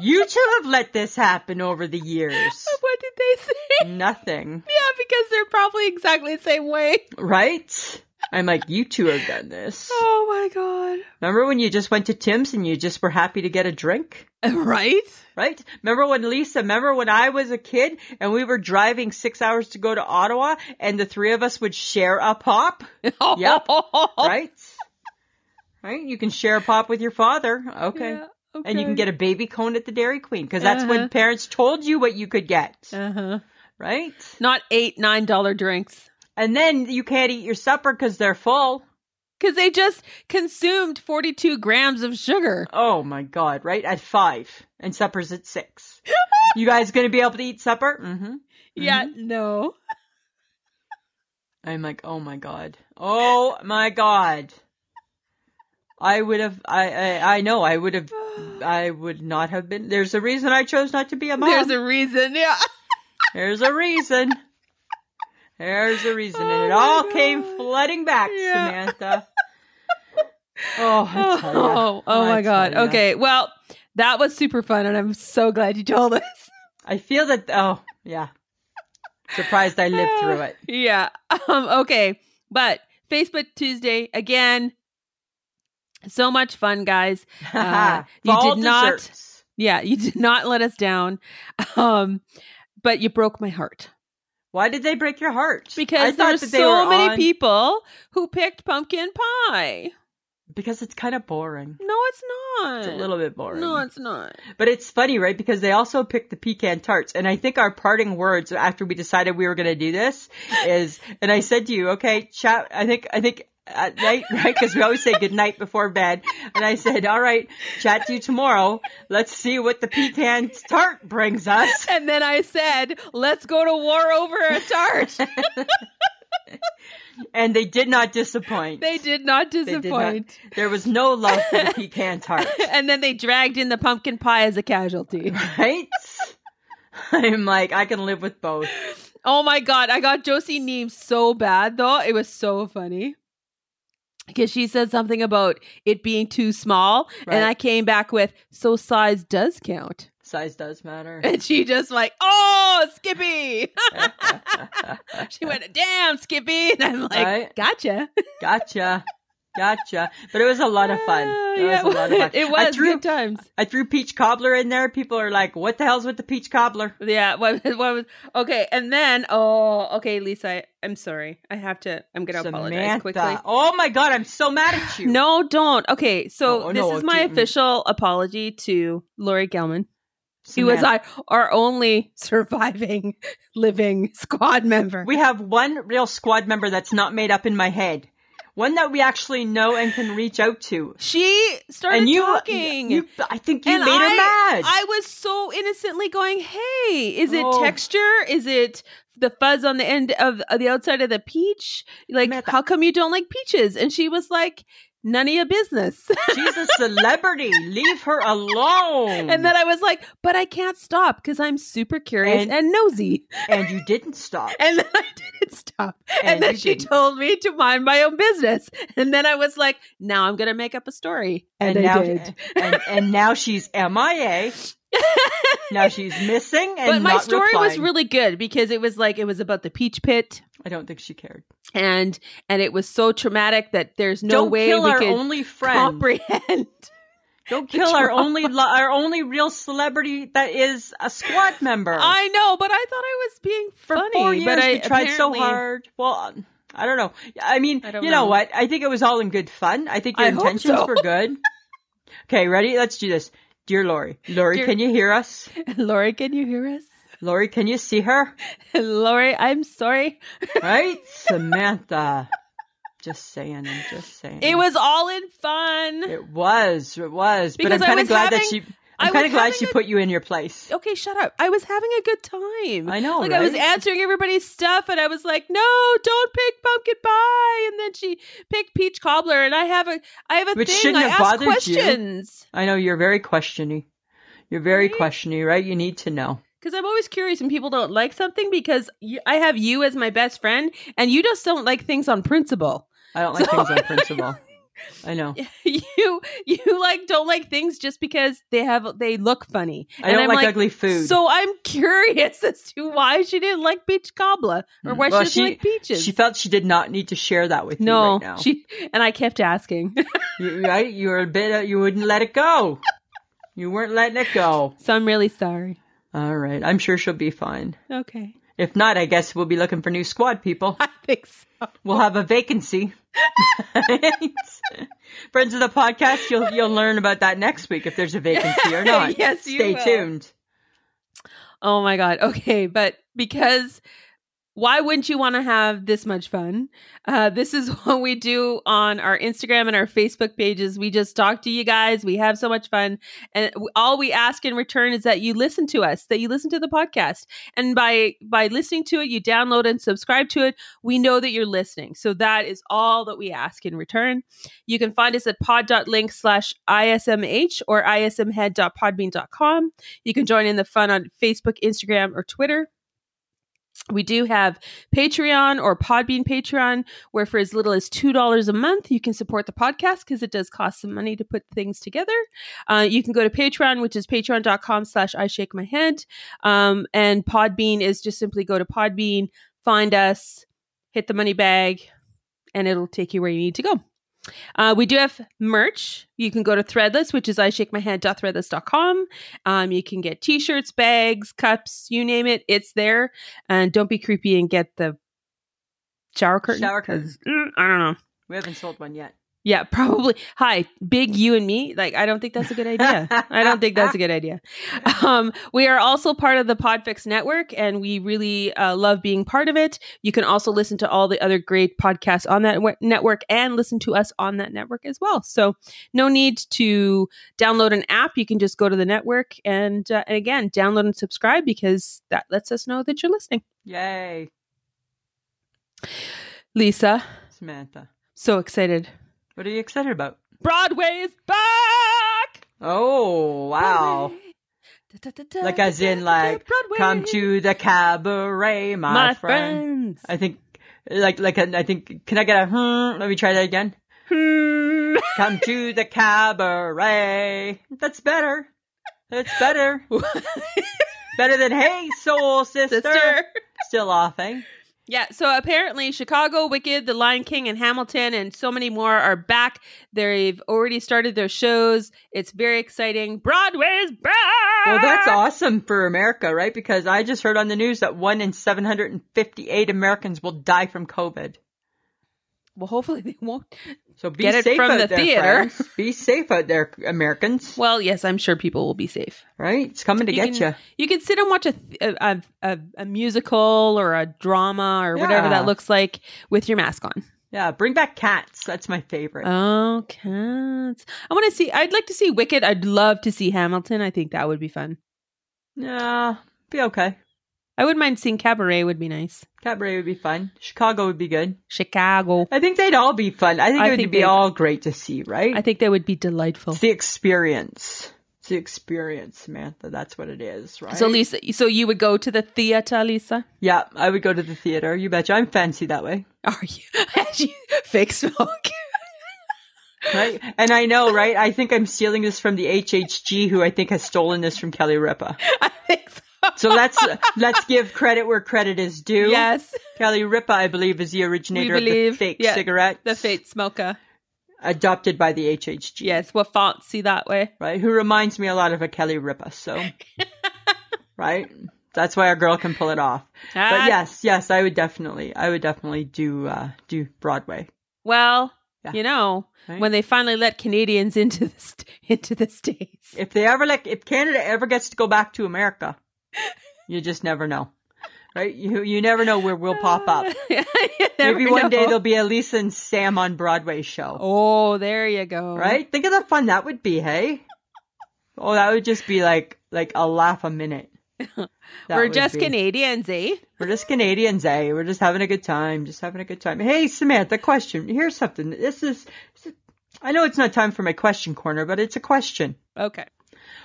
Speaker 2: you two have let this happen over the years.
Speaker 1: What did they say?
Speaker 2: Mm. Nothing.
Speaker 1: yeah, because they're probably exactly the same way.
Speaker 2: Right? I'm like, you two have done this.
Speaker 1: Oh
Speaker 2: Remember when you just went to Tim's and you just were happy to get a drink?
Speaker 1: my god. Right?
Speaker 2: Right? Remember when Lisa, remember when I was a kid and we were driving six hours to go to Ottawa and the three of us would share a pop? Yep.
Speaker 1: Oh.
Speaker 2: Right? right? You can share a pop with your father. Okay.
Speaker 1: Yeah, okay.
Speaker 2: And you can get a baby cone at the Dairy Queen because that's
Speaker 1: Uh-huh.
Speaker 2: when parents told you what you could get.
Speaker 1: uh-huh.
Speaker 2: Right?
Speaker 1: not eight, nine dollar drinks.
Speaker 2: And then you can't eat your supper because they're full.
Speaker 1: Because they just consumed 42 grams of sugar.
Speaker 2: Oh my god, right? At five. And supper's at six. you guys gonna be able to eat supper? Mm-hmm.
Speaker 1: Yeah, no.
Speaker 2: I'm like, oh my god, oh my god. I would have, I, I, I know, I would have, I would not have been. There's a reason I chose not to be a mom.
Speaker 1: There's a reason. Yeah.
Speaker 2: reason. There's a reason, and it
Speaker 1: Oh my
Speaker 2: all came
Speaker 1: God.
Speaker 2: flooding back,
Speaker 1: Yeah.
Speaker 2: Samantha. Oh, I tell ya.
Speaker 1: Oh, oh
Speaker 2: I
Speaker 1: my God.
Speaker 2: tell ya.
Speaker 1: Okay. Well, that was super fun, and I'm so glad you told us.
Speaker 2: I feel that. Oh, yeah. Surprised I lived through it.
Speaker 1: Yeah. Um, okay. But Facebook Tuesday again. So much fun, guys. Uh, you
Speaker 2: Fall
Speaker 1: did not-
Speaker 2: desserts.
Speaker 1: Yeah, you did not let us down. Um, but you broke my heart.
Speaker 2: Why did they break your heart? I
Speaker 1: Because
Speaker 2: thought
Speaker 1: there's
Speaker 2: that they
Speaker 1: so
Speaker 2: were
Speaker 1: many
Speaker 2: on-
Speaker 1: people who picked pumpkin pie.
Speaker 2: Because it's kind of boring.
Speaker 1: No, it's not.
Speaker 2: It's a little bit boring.
Speaker 1: No, it's not.
Speaker 2: But it's funny, right? Because they also picked the pecan tarts. And I think our parting words after we decided we were going to do this is, and I said to you, okay, chat, I think, I think at night, right? Because we always say good night before bed. And I said, all right, chat to you tomorrow. Let's see what the pecan tart brings us.
Speaker 1: And then I said, let's go to war over a tart.
Speaker 2: And they did not disappoint.
Speaker 1: they did not
Speaker 2: did not-
Speaker 1: disappoint.
Speaker 2: There was no love for the pecan tart,
Speaker 1: and then they dragged in the pumpkin pie as a casualty.
Speaker 2: right? I'm like, I can live with both.
Speaker 1: Oh my god, I got Josie Neem so bad though. It was so funny. Because she said something about it being too small,
Speaker 2: Right.
Speaker 1: and I came back with so size does count,
Speaker 2: Size does matter.
Speaker 1: and she just like, oh Skippy, she went, damn Skippy, and I'm like,
Speaker 2: Right.
Speaker 1: gotcha.
Speaker 2: Gotcha. Gotcha. But it was a lot of fun.
Speaker 1: Ah,
Speaker 2: It
Speaker 1: yeah,
Speaker 2: was a lot of fun.
Speaker 1: It
Speaker 2: I
Speaker 1: was
Speaker 2: threw,
Speaker 1: good times.
Speaker 2: I threw peach cobbler in there. People are like, what the hell's with the peach cobbler?
Speaker 1: Yeah. What, what was okay? And then, oh, okay, Lisa, I, I'm sorry. I have to. I'm gonna apologize quickly.
Speaker 2: Oh my God. I'm so mad at you.
Speaker 1: No, don't. Okay, so
Speaker 2: No,
Speaker 1: this
Speaker 2: Oh, no, mm.
Speaker 1: is my
Speaker 2: didn't.
Speaker 1: official apology to Lori Gelman. She was
Speaker 2: Samantha,
Speaker 1: our, our only surviving living squad member.
Speaker 2: We have one real squad member that's not made up in my head. One that we actually know and can reach out to.
Speaker 1: she started
Speaker 2: And you,
Speaker 1: talking.
Speaker 2: you, I think you
Speaker 1: and
Speaker 2: made
Speaker 1: I,
Speaker 2: her mad.
Speaker 1: I was so innocently going, "Hey, is it
Speaker 2: Oh.
Speaker 1: texture? Is it the fuzz on the end of, of the outside of the peach? Like,
Speaker 2: Samantha.
Speaker 1: how come you don't like peaches?" And she was like, "None of your business."
Speaker 2: She's a celebrity. Leave her alone.
Speaker 1: and then I was like, "But I can't stop because I'm super curious
Speaker 2: And-
Speaker 1: and nosy."
Speaker 2: and you didn't stop.
Speaker 1: And then I didn't stop. And,
Speaker 2: And
Speaker 1: then
Speaker 2: you
Speaker 1: she
Speaker 2: didn't.
Speaker 1: told me to mind my own business. And then I was like, now I'm going to make up a story. And, I
Speaker 2: now,
Speaker 1: did.
Speaker 2: And, and now she's MIA. now she's missing. And
Speaker 1: But my
Speaker 2: not
Speaker 1: story was
Speaker 2: replying.
Speaker 1: really good because it was like, it was about the peach pit.
Speaker 2: I don't think she cared.
Speaker 1: And and it was so traumatic that there's no
Speaker 2: don't
Speaker 1: way
Speaker 2: kill
Speaker 1: we
Speaker 2: our
Speaker 1: could
Speaker 2: only friend.
Speaker 1: comprehend.
Speaker 2: don't kill our
Speaker 1: drama.
Speaker 2: only lo- our only real celebrity that is a squad member.
Speaker 1: I know, but I thought I was being
Speaker 2: For
Speaker 1: funny.
Speaker 2: four years,
Speaker 1: but I
Speaker 2: we tried so
Speaker 1: apparently-
Speaker 2: hard. Well. um, I don't know. I mean,
Speaker 1: I don't
Speaker 2: you know,
Speaker 1: know.
Speaker 2: what? I think it was all in good fun. I think your
Speaker 1: I hope
Speaker 2: intentions
Speaker 1: so.
Speaker 2: were good. Okay, ready? Let's do this. Dear Lori, Lori,
Speaker 1: Dear-
Speaker 2: can you hear us?
Speaker 1: Lori, can you hear us?
Speaker 2: Lori, can you see her?
Speaker 1: Lori, I'm sorry.
Speaker 2: Right? Samantha. Just saying. I'm just saying.
Speaker 1: It was all in fun.
Speaker 2: It was. It was.
Speaker 1: Because
Speaker 2: but
Speaker 1: I
Speaker 2: I'm kind
Speaker 1: was
Speaker 2: of glad that
Speaker 1: having-
Speaker 2: she.
Speaker 1: I
Speaker 2: I'm kind
Speaker 1: was
Speaker 2: of glad
Speaker 1: having
Speaker 2: she
Speaker 1: a-
Speaker 2: put you in your place.
Speaker 1: okay, shut up. I was having a good time.
Speaker 2: I know,
Speaker 1: Like I was
Speaker 2: right?
Speaker 1: answering everybody's stuff and I was like, "No, don't pick pumpkin pie." And then she picked peach cobbler and I have a I have a
Speaker 2: Which
Speaker 1: thing
Speaker 2: shouldn't
Speaker 1: I ask
Speaker 2: have bothered you.
Speaker 1: questions
Speaker 2: I know you're very questiony. You're very
Speaker 1: Right?
Speaker 2: questiony, right? You need to know.
Speaker 1: cuz I'm always curious when people don't like something because you, I have you as my best friend and you just don't like things on principle.
Speaker 2: I don't like
Speaker 1: So-
Speaker 2: things on principle. I know.
Speaker 1: you you like don't like things just because they have they look funny.
Speaker 2: I don't
Speaker 1: I'm
Speaker 2: like, ugly food.
Speaker 1: So I'm curious as to why she didn't like peach cobbler or
Speaker 2: Mm.
Speaker 1: why
Speaker 2: Well,
Speaker 1: she doesn't
Speaker 2: she-
Speaker 1: like peaches.
Speaker 2: she felt she did not need to share that with you
Speaker 1: no,
Speaker 2: right now.
Speaker 1: she and I kept asking.
Speaker 2: you, right? You were a bit. uh, You wouldn't let it go. you weren't letting it go.
Speaker 1: so I'm really sorry.
Speaker 2: All right. I'm sure she'll be fine.
Speaker 1: Okay,
Speaker 2: If not, I guess we'll be looking for new squad people.
Speaker 1: I think so.
Speaker 2: We'll have a vacancy. Friends of the podcast, you'll you'll learn about that next week if there's a vacancy or not.
Speaker 1: Yes, you
Speaker 2: Stay
Speaker 1: will.
Speaker 2: tuned.
Speaker 1: Oh my god. Okay, but because why wouldn't you want to have this much fun? Uh, this is what we do on our Instagram and our Facebook pages. We just talk to you guys. We have so much fun. And w- all we ask in return is that you listen to us, that you listen to the podcast. And by by listening to it, you download and subscribe to it. We know that you're listening. So that is all that we ask in return. You can find us at pod.link slash ISMH or ismhead.podbean.com. You can join in the fun on Facebook, Instagram, or Twitter. We do have Patreon or Podbean Patreon, where for as little as $2 a month, you can support the podcast because it does cost some money to put things together. Uh, you can go to Patreon, which is patreon.com slash I shake my head. Um, and Podbean is just simply go to Podbean, find us, hit the money bag, and it'll take you where you need to go. Uh, we do have merch. You can go to Threadless, which is I shake my head.threadless.com. Um, you can get t-shirts, bags, cups, you name it. It's there. And don't be creepy and get the shower curtain.
Speaker 2: Shower curtain.
Speaker 1: 'cause, mm, I don't know.
Speaker 2: We haven't sold one yet.
Speaker 1: Yeah, probably. Hi, big you and me. Like, I don't think that's a good idea. I don't think that's a good idea. Um, we are also part of the Podfix network, and we really uh, love being part of it. You can also listen to all the other great podcasts on that w- network and listen to us on that network as well. So, no need to download an app. You can just go to the network and, uh, and again, download and subscribe because that lets us know that you're listening.
Speaker 2: Yay,
Speaker 1: Lisa,
Speaker 2: Samantha.
Speaker 1: so excited.
Speaker 2: What are you excited about?
Speaker 1: Broadway is back!
Speaker 2: Oh, wow.
Speaker 1: Broadway. Da, da, da, da,
Speaker 2: Like as
Speaker 1: da,
Speaker 2: in,
Speaker 1: da, da,
Speaker 2: like,
Speaker 1: Broadway.
Speaker 2: Come to the cabaret, my,
Speaker 1: my
Speaker 2: friend.
Speaker 1: friends.
Speaker 2: I think, like, like, I think, can I get a, hmm? Let me try that again.
Speaker 1: Hmm.
Speaker 2: Come to the cabaret. That's better. That's better. Better than, hey, soul sister.
Speaker 1: Sister.
Speaker 2: Still off, eh?
Speaker 1: Yeah, so apparently Chicago, Wicked, The Lion King, and Hamilton, and so many more are back. They've already started their shows. It's very exciting. Broadway's back.
Speaker 2: Well, that's awesome for America, right? Because I just heard on the news that one in 758 Americans will die from COVID.
Speaker 1: Well, hopefully they won't.
Speaker 2: So be
Speaker 1: Get it
Speaker 2: safe
Speaker 1: from
Speaker 2: out
Speaker 1: the
Speaker 2: there,
Speaker 1: theater.
Speaker 2: friends. Be safe out there, Americans.
Speaker 1: Well, yes, I'm sure people will be safe.
Speaker 2: Right? It's coming to
Speaker 1: You
Speaker 2: get
Speaker 1: can-
Speaker 2: you.
Speaker 1: You can sit and watch a th- a, a, a, a musical or a drama or whatever
Speaker 2: Yeah.
Speaker 1: that looks like with your mask on.
Speaker 2: Yeah, bring back cats. That's my favorite.
Speaker 1: Oh, cats. I want to see, I'd like to see Wicked. I'd love to see Hamilton. I think that would be fun.
Speaker 2: yeah, be okay.
Speaker 1: I wouldn't mind seeing Cabaret, would be nice.
Speaker 2: Cabaret would be fun. Chicago would be good.
Speaker 1: Chicago.
Speaker 2: I think they'd all be fun. I think
Speaker 1: I
Speaker 2: it would
Speaker 1: think
Speaker 2: be
Speaker 1: they'd-
Speaker 2: all great to see, right?
Speaker 1: I think that would be delightful.
Speaker 2: it's the experience. It's the experience, Samantha. That's what it is, right?
Speaker 1: So, Lisa, so you would go to the theater, Lisa?
Speaker 2: yeah, I would go to the theater. You betcha. I'm fancy that way.
Speaker 1: Are you? As you fake smoke?
Speaker 2: Right? and I know, right? I think I'm stealing this from the HHG, who I think has stolen this from Kelly Ripa.
Speaker 1: I think so.
Speaker 2: So let's let's give credit where credit is due.
Speaker 1: Yes,
Speaker 2: Kelly Ripa, I believe, is the originator
Speaker 1: We
Speaker 2: of
Speaker 1: believe,
Speaker 2: the fake
Speaker 1: yeah,
Speaker 2: cigarette,
Speaker 1: the fake smoker.
Speaker 2: adopted by the HHG.
Speaker 1: Yes, we're fancy that way.
Speaker 2: right. Who reminds me a lot of a Kelly Ripa. So, right. That's why our girl can pull it off.
Speaker 1: Ah,
Speaker 2: But yes, yes, I would definitely, I would definitely do uh, do Broadway.
Speaker 1: Well,
Speaker 2: Yeah.
Speaker 1: you know,
Speaker 2: Right.
Speaker 1: when they finally let Canadians into the st- into the states,
Speaker 2: If they ever like, if Canada ever gets to go back to America, you just never know, right? You you never know where we'll pop up.
Speaker 1: You
Speaker 2: Maybe
Speaker 1: never
Speaker 2: one day
Speaker 1: know.
Speaker 2: there'll be a Lisa and Sam on Broadway show.
Speaker 1: Oh, there you go.
Speaker 2: Right? Think of the fun that would be, hey? Oh, that would just be like like a laugh a minute. That
Speaker 1: We're
Speaker 2: would
Speaker 1: just
Speaker 2: be-
Speaker 1: Canadians, eh?
Speaker 2: We're just Canadians, eh? We're just having a good time, just having a good time. Hey, Samantha, question. Here's something. This is, this is I know it's not time for my question corner, but it's a question.
Speaker 1: Okay.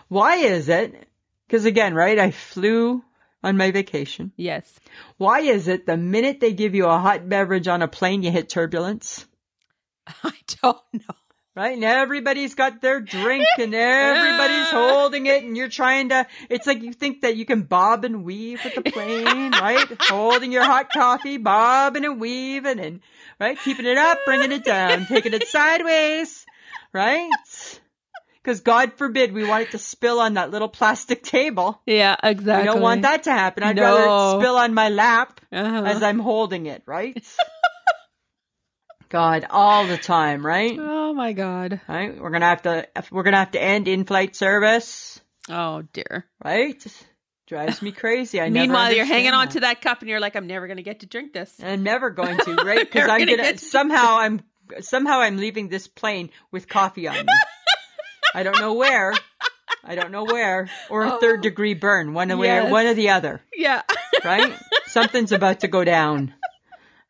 Speaker 2: Why is it? Because again, right? I flew on my vacation.
Speaker 1: Yes.
Speaker 2: Why is it the minute they give you a hot beverage on a plane, you hit turbulence?
Speaker 1: I don't know.
Speaker 2: Right? And everybody's got their drink and everybody's holding it and you're trying to, it's like you think that you can bob and weave with the plane, right? holding your hot coffee, bobbing and weaving and, right? Keeping it up, bringing it down, taking it sideways, right? Because God forbid we want it to spill on that little plastic table.
Speaker 1: Yeah, exactly.
Speaker 2: I don't want that to happen. I'd
Speaker 1: No.
Speaker 2: rather it spill on my lap
Speaker 1: Uh-huh.
Speaker 2: as I'm holding it, right? God, all the time, right?
Speaker 1: oh my god.
Speaker 2: Right? We're gonna have to we're gonna have to end in-flight service,
Speaker 1: Oh dear.
Speaker 2: right? Drives me crazy. I never
Speaker 1: Meanwhile, you're hanging on
Speaker 2: understand
Speaker 1: to that cup, and you're like, "I'm never gonna get to drink this."
Speaker 2: that. I'm never going to, right? Because
Speaker 1: Never
Speaker 2: I'm
Speaker 1: gonna
Speaker 2: gonna,
Speaker 1: get to-
Speaker 2: somehow I'm somehow I'm leaving this plane with coffee on me. I don't know where. I don't know where. Or a
Speaker 1: Oh.
Speaker 2: third degree burn, one way or
Speaker 1: Yes.
Speaker 2: one or the other.
Speaker 1: Yeah.
Speaker 2: right? Something's about to go down.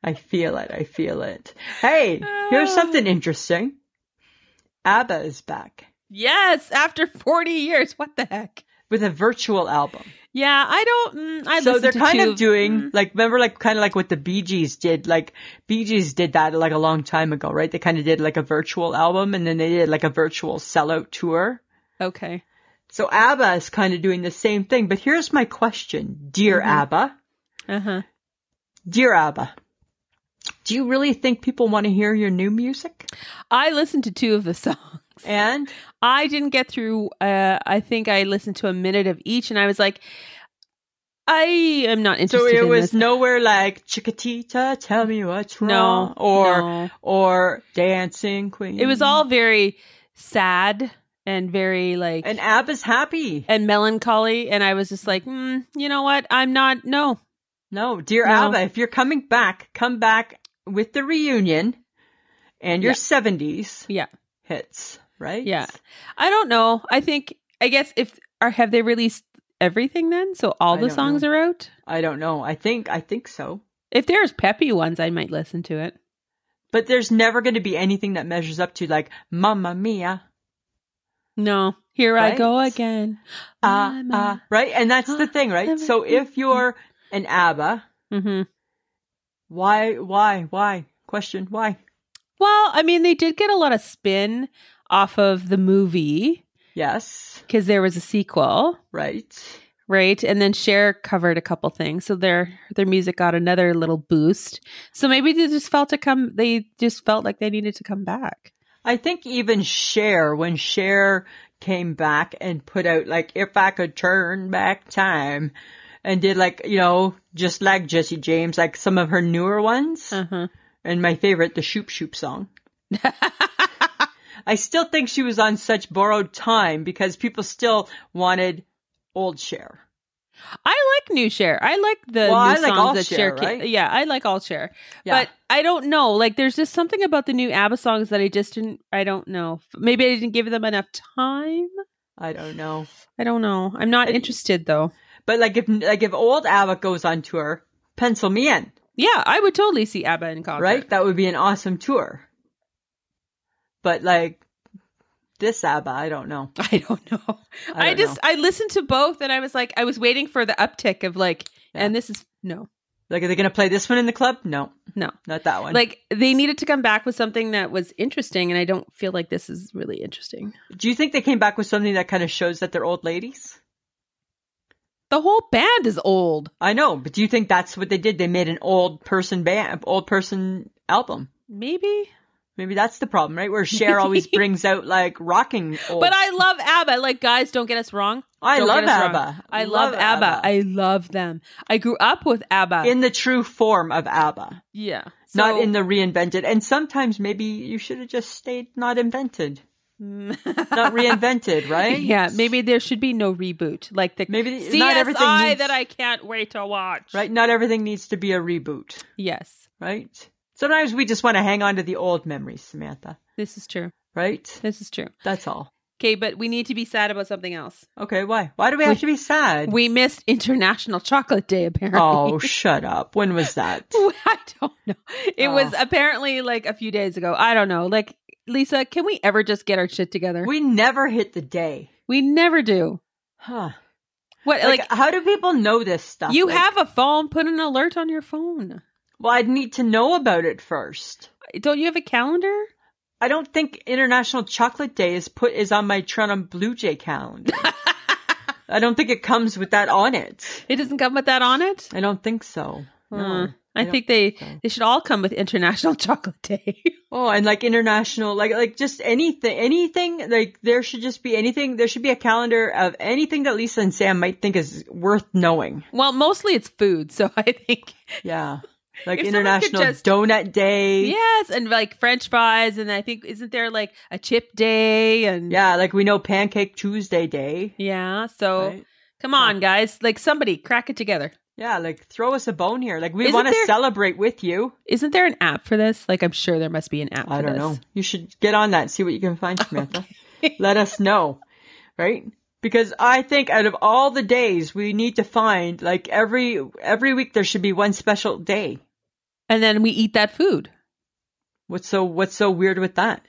Speaker 2: I feel it. I feel it. Hey,
Speaker 1: Oh.
Speaker 2: here's something interesting. ABBA is back
Speaker 1: yes. After 40 years, what the heck?
Speaker 2: with a virtual album.
Speaker 1: Yeah, I don't. Mm, I
Speaker 2: so
Speaker 1: listen
Speaker 2: they're
Speaker 1: to
Speaker 2: kind
Speaker 1: two-
Speaker 2: of doing
Speaker 1: Mm.
Speaker 2: like remember like kind of like what the Bee Gees did. Like Bee Gees did that like a long time ago, right? They kind of did like a virtual album and then they did like a virtual sellout tour.
Speaker 1: okay.
Speaker 2: So ABBA is kind of doing the same thing. But here's my question, dear
Speaker 1: Mhm.
Speaker 2: ABBA,
Speaker 1: Uh huh.
Speaker 2: dear ABBA, do you really think people want to hear your new music?
Speaker 1: I listened to two of the songs.
Speaker 2: And
Speaker 1: I didn't get through. Uh, I think I listened to a minute of each, and I was like, I am not
Speaker 2: so
Speaker 1: interested.
Speaker 2: it
Speaker 1: in
Speaker 2: was
Speaker 1: this.
Speaker 2: nowhere like Chiquitita, tell me what's wrong,
Speaker 1: no
Speaker 2: or Hmm.
Speaker 1: no.
Speaker 2: or Dancing Queen.
Speaker 1: It was all very sad and very like and,
Speaker 2: and ABBA's happy.
Speaker 1: melancholy, and I was just like, mm, you know what? I'm not. No.
Speaker 2: No, dear
Speaker 1: No.
Speaker 2: ABBA, if you're coming back, come back with the reunion and your
Speaker 1: Yeah.
Speaker 2: seventies
Speaker 1: Yeah.
Speaker 2: hits, right?
Speaker 1: Yeah. I don't know. I think. I guess if or have they released everything then? So all
Speaker 2: I
Speaker 1: the
Speaker 2: don't
Speaker 1: songs
Speaker 2: know.
Speaker 1: are out.
Speaker 2: I don't know. I think I think so.
Speaker 1: If there's peppy ones, I might listen to it.
Speaker 2: But there's never going to be anything that measures up to like Mamma Mia,
Speaker 1: No, here I go
Speaker 2: Right.
Speaker 1: again.
Speaker 2: ah, ah, right? And that's the thing, right? So if you're an ABBA,
Speaker 1: hmm
Speaker 2: why, why, why? Question, why?
Speaker 1: Well, I mean, they did get a lot of spin off of the movie
Speaker 2: Yes,
Speaker 1: because there was a sequel,
Speaker 2: right.
Speaker 1: right? And then Cher covered a couple things, so their their music got another little boost. So maybe they just felt to come. They just felt like they needed to come back.
Speaker 2: I think even Cher, when Cher came back and put out like "If I Could Turn Back Time," and did like you know just like Jesse James, like some of her newer ones,
Speaker 1: Uh huh.
Speaker 2: and my favorite, the "Shoop Shoop" song. I still think she was on such borrowed time because people still wanted old Cher.
Speaker 1: I like new Cher. I like the
Speaker 2: Well,
Speaker 1: new
Speaker 2: I like
Speaker 1: songs
Speaker 2: all
Speaker 1: that
Speaker 2: Cher,
Speaker 1: Cher. ca-
Speaker 2: right?
Speaker 1: Yeah, I like all Cher.
Speaker 2: Yeah.
Speaker 1: But I don't know. Like, there's just something about the new ABBA songs that I just didn't. I don't know. Maybe I didn't give them enough time.
Speaker 2: I don't know,
Speaker 1: I don't know. I'm not
Speaker 2: I-
Speaker 1: interested though.
Speaker 2: but like if like if old ABBA goes on tour, pencil me in.
Speaker 1: Yeah, I would totally see ABBA in concert.
Speaker 2: right? That would be an awesome tour. But like this ABBA, I don't know.
Speaker 1: I don't know. I,
Speaker 2: don't
Speaker 1: just
Speaker 2: know.
Speaker 1: I listened to both and I was like I was waiting for the uptick of like
Speaker 2: Yeah.
Speaker 1: and this is no.
Speaker 2: like are they gonna play this one in the club? No,
Speaker 1: No.
Speaker 2: not that one.
Speaker 1: Like they needed to come back with something that was interesting and I don't feel like this is really interesting.
Speaker 2: do you think they came back with something that kind of shows that they're old ladies?
Speaker 1: The whole band is old.
Speaker 2: I know, but do you think that's what they did? They made an old person band, old person album.
Speaker 1: Maybe.
Speaker 2: Maybe that's the problem, right? Where Cher always
Speaker 1: Maybe.
Speaker 2: brings out like rocking old.
Speaker 1: But I love ABBA. Like guys, don't get us wrong.
Speaker 2: I
Speaker 1: don't
Speaker 2: love
Speaker 1: get us
Speaker 2: ABBA.
Speaker 1: wrong. I love, ABBA. I love them. I grew up with ABBA.
Speaker 2: in the true form of ABBA,
Speaker 1: yeah.
Speaker 2: not
Speaker 1: So-
Speaker 2: in the reinvented. And sometimes maybe you should have just stayed not invented. not reinvented, right?
Speaker 1: Yeah, maybe there should be no reboot. Like the
Speaker 2: Maybe
Speaker 1: CSI
Speaker 2: not everything needs,
Speaker 1: that I can't wait to watch.
Speaker 2: right. Not everything needs to be a reboot,
Speaker 1: Yes,
Speaker 2: right? Sometimes we just want to hang on to the old memories, Samantha.
Speaker 1: this is true.
Speaker 2: Right?
Speaker 1: This is true.
Speaker 2: That's all.
Speaker 1: Okay, but we need to be sad about something else.
Speaker 2: Okay. Why? Why do we have to be sad?
Speaker 1: We missed International Chocolate Day apparently.
Speaker 2: oh, shut up. When was that?
Speaker 1: I don't know. It
Speaker 2: Oh.
Speaker 1: was apparently like a few days ago. I don't know. Like Lisa, can we ever just get our shit together? We,
Speaker 2: We never hit the day.
Speaker 1: never do.
Speaker 2: Huh?
Speaker 1: What
Speaker 2: Like,
Speaker 1: like,
Speaker 2: how do people know this stuff?
Speaker 1: you
Speaker 2: Like,
Speaker 1: have a phone, put an alert on your phone.
Speaker 2: Well, I'd need to know about it first.
Speaker 1: Don't you have a calendar?
Speaker 2: I don't think International Chocolate Day is put is on my Toronto Blue Jay calendar. I don't think it comes with that on it.
Speaker 1: It doesn't come with that on it.
Speaker 2: I don't think so. No.
Speaker 1: Uh, I
Speaker 2: don't
Speaker 1: think they
Speaker 2: so.
Speaker 1: they should all come with International Chocolate Day.
Speaker 2: Oh, and like international, like like just anything, anything. Like there should just be anything. There should be a calendar of anything that Lisa and Sam might think is worth knowing.
Speaker 1: well, mostly it's food, so I think
Speaker 2: Yeah, like
Speaker 1: If someone could
Speaker 2: International
Speaker 1: just-
Speaker 2: Donut Day.
Speaker 1: yes, and like French fries, and I think isn't there like a chip day and
Speaker 2: Yeah, like we know Pancake Tuesday Day.
Speaker 1: yeah. So
Speaker 2: right?
Speaker 1: come on, guys, like somebody crack it together.
Speaker 2: Yeah, like throw us a bone here. Like we
Speaker 1: Isn't
Speaker 2: want to
Speaker 1: there-
Speaker 2: celebrate with you.
Speaker 1: Isn't there an app for this? Like I'm sure there must be an app.
Speaker 2: I
Speaker 1: for
Speaker 2: don't
Speaker 1: this.
Speaker 2: know. You should get on that. See what you can find, Samantha. Let us know, right? Because I think out of all the days, we need to find like every every week there should be one special day.
Speaker 1: And then we eat that food.
Speaker 2: What's so What's so weird with that?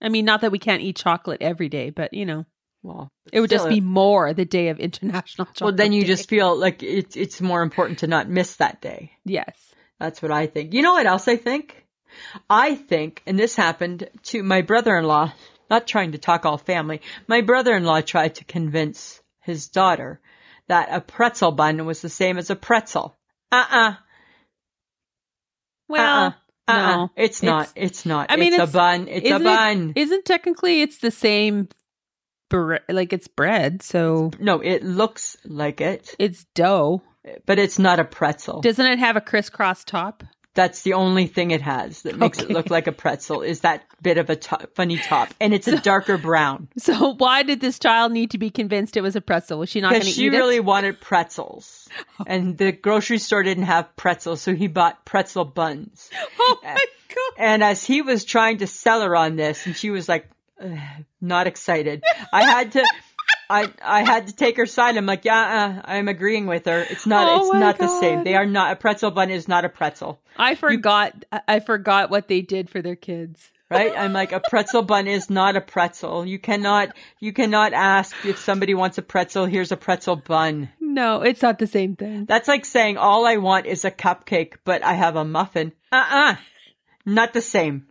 Speaker 1: I mean, not that we can't eat chocolate every day, but you know,
Speaker 2: Well,
Speaker 1: it would just
Speaker 2: still,
Speaker 1: be more the day of International Chocolate.
Speaker 2: Well, then you
Speaker 1: Day.
Speaker 2: just feel like it's it's more important to not miss that day.
Speaker 1: yes.
Speaker 2: That's what I think. You know what else I think? I think, and this happened to my brother-in-law, not trying to talk all family, my brother-in-law tried to convince his daughter that a pretzel bun was the same as a pretzel. Uh-uh.
Speaker 1: Well,
Speaker 2: uh-uh, uh-uh.
Speaker 1: no.
Speaker 2: It's not. It's, not.
Speaker 1: I mean,
Speaker 2: it's,
Speaker 1: it's-
Speaker 2: a bun. It's a
Speaker 1: isn't it-
Speaker 2: bun.
Speaker 1: isn't technically it's the same, bre- like it's bread, so
Speaker 2: no, it looks like it,
Speaker 1: it's dough.
Speaker 2: but it's not a pretzel.
Speaker 1: Doesn't it have a crisscross top?
Speaker 2: That's the only thing it has that makes
Speaker 1: Okay.
Speaker 2: it look like a pretzel is that bit of a to- funny top, and it's a darker brown.
Speaker 1: So why did this child need to be convinced it was a pretzel? Was she not going to
Speaker 2: Because
Speaker 1: eat
Speaker 2: she really
Speaker 1: it?
Speaker 2: wanted pretzels, and the grocery store didn't have pretzels, so he bought pretzel buns.
Speaker 1: Oh my god!
Speaker 2: And as he was trying to sell her on this, and she was like, "Ugh, not excited. I had to. I I had to take her side. I'm like, yeah, uh, I'm agreeing with her. It's not.
Speaker 1: Oh
Speaker 2: it's
Speaker 1: my
Speaker 2: not the same.
Speaker 1: God.
Speaker 2: They are not. A pretzel bun is not a pretzel.
Speaker 1: I forgot. I- I forgot what they did for their kids.
Speaker 2: right? I'm like a pretzel bun is not a pretzel. You cannot you cannot ask if somebody wants a pretzel, here's a pretzel bun.
Speaker 1: No, it's not the same thing.
Speaker 2: That's like saying all I want is a cupcake, but I have a muffin. Uh-uh. Not the same.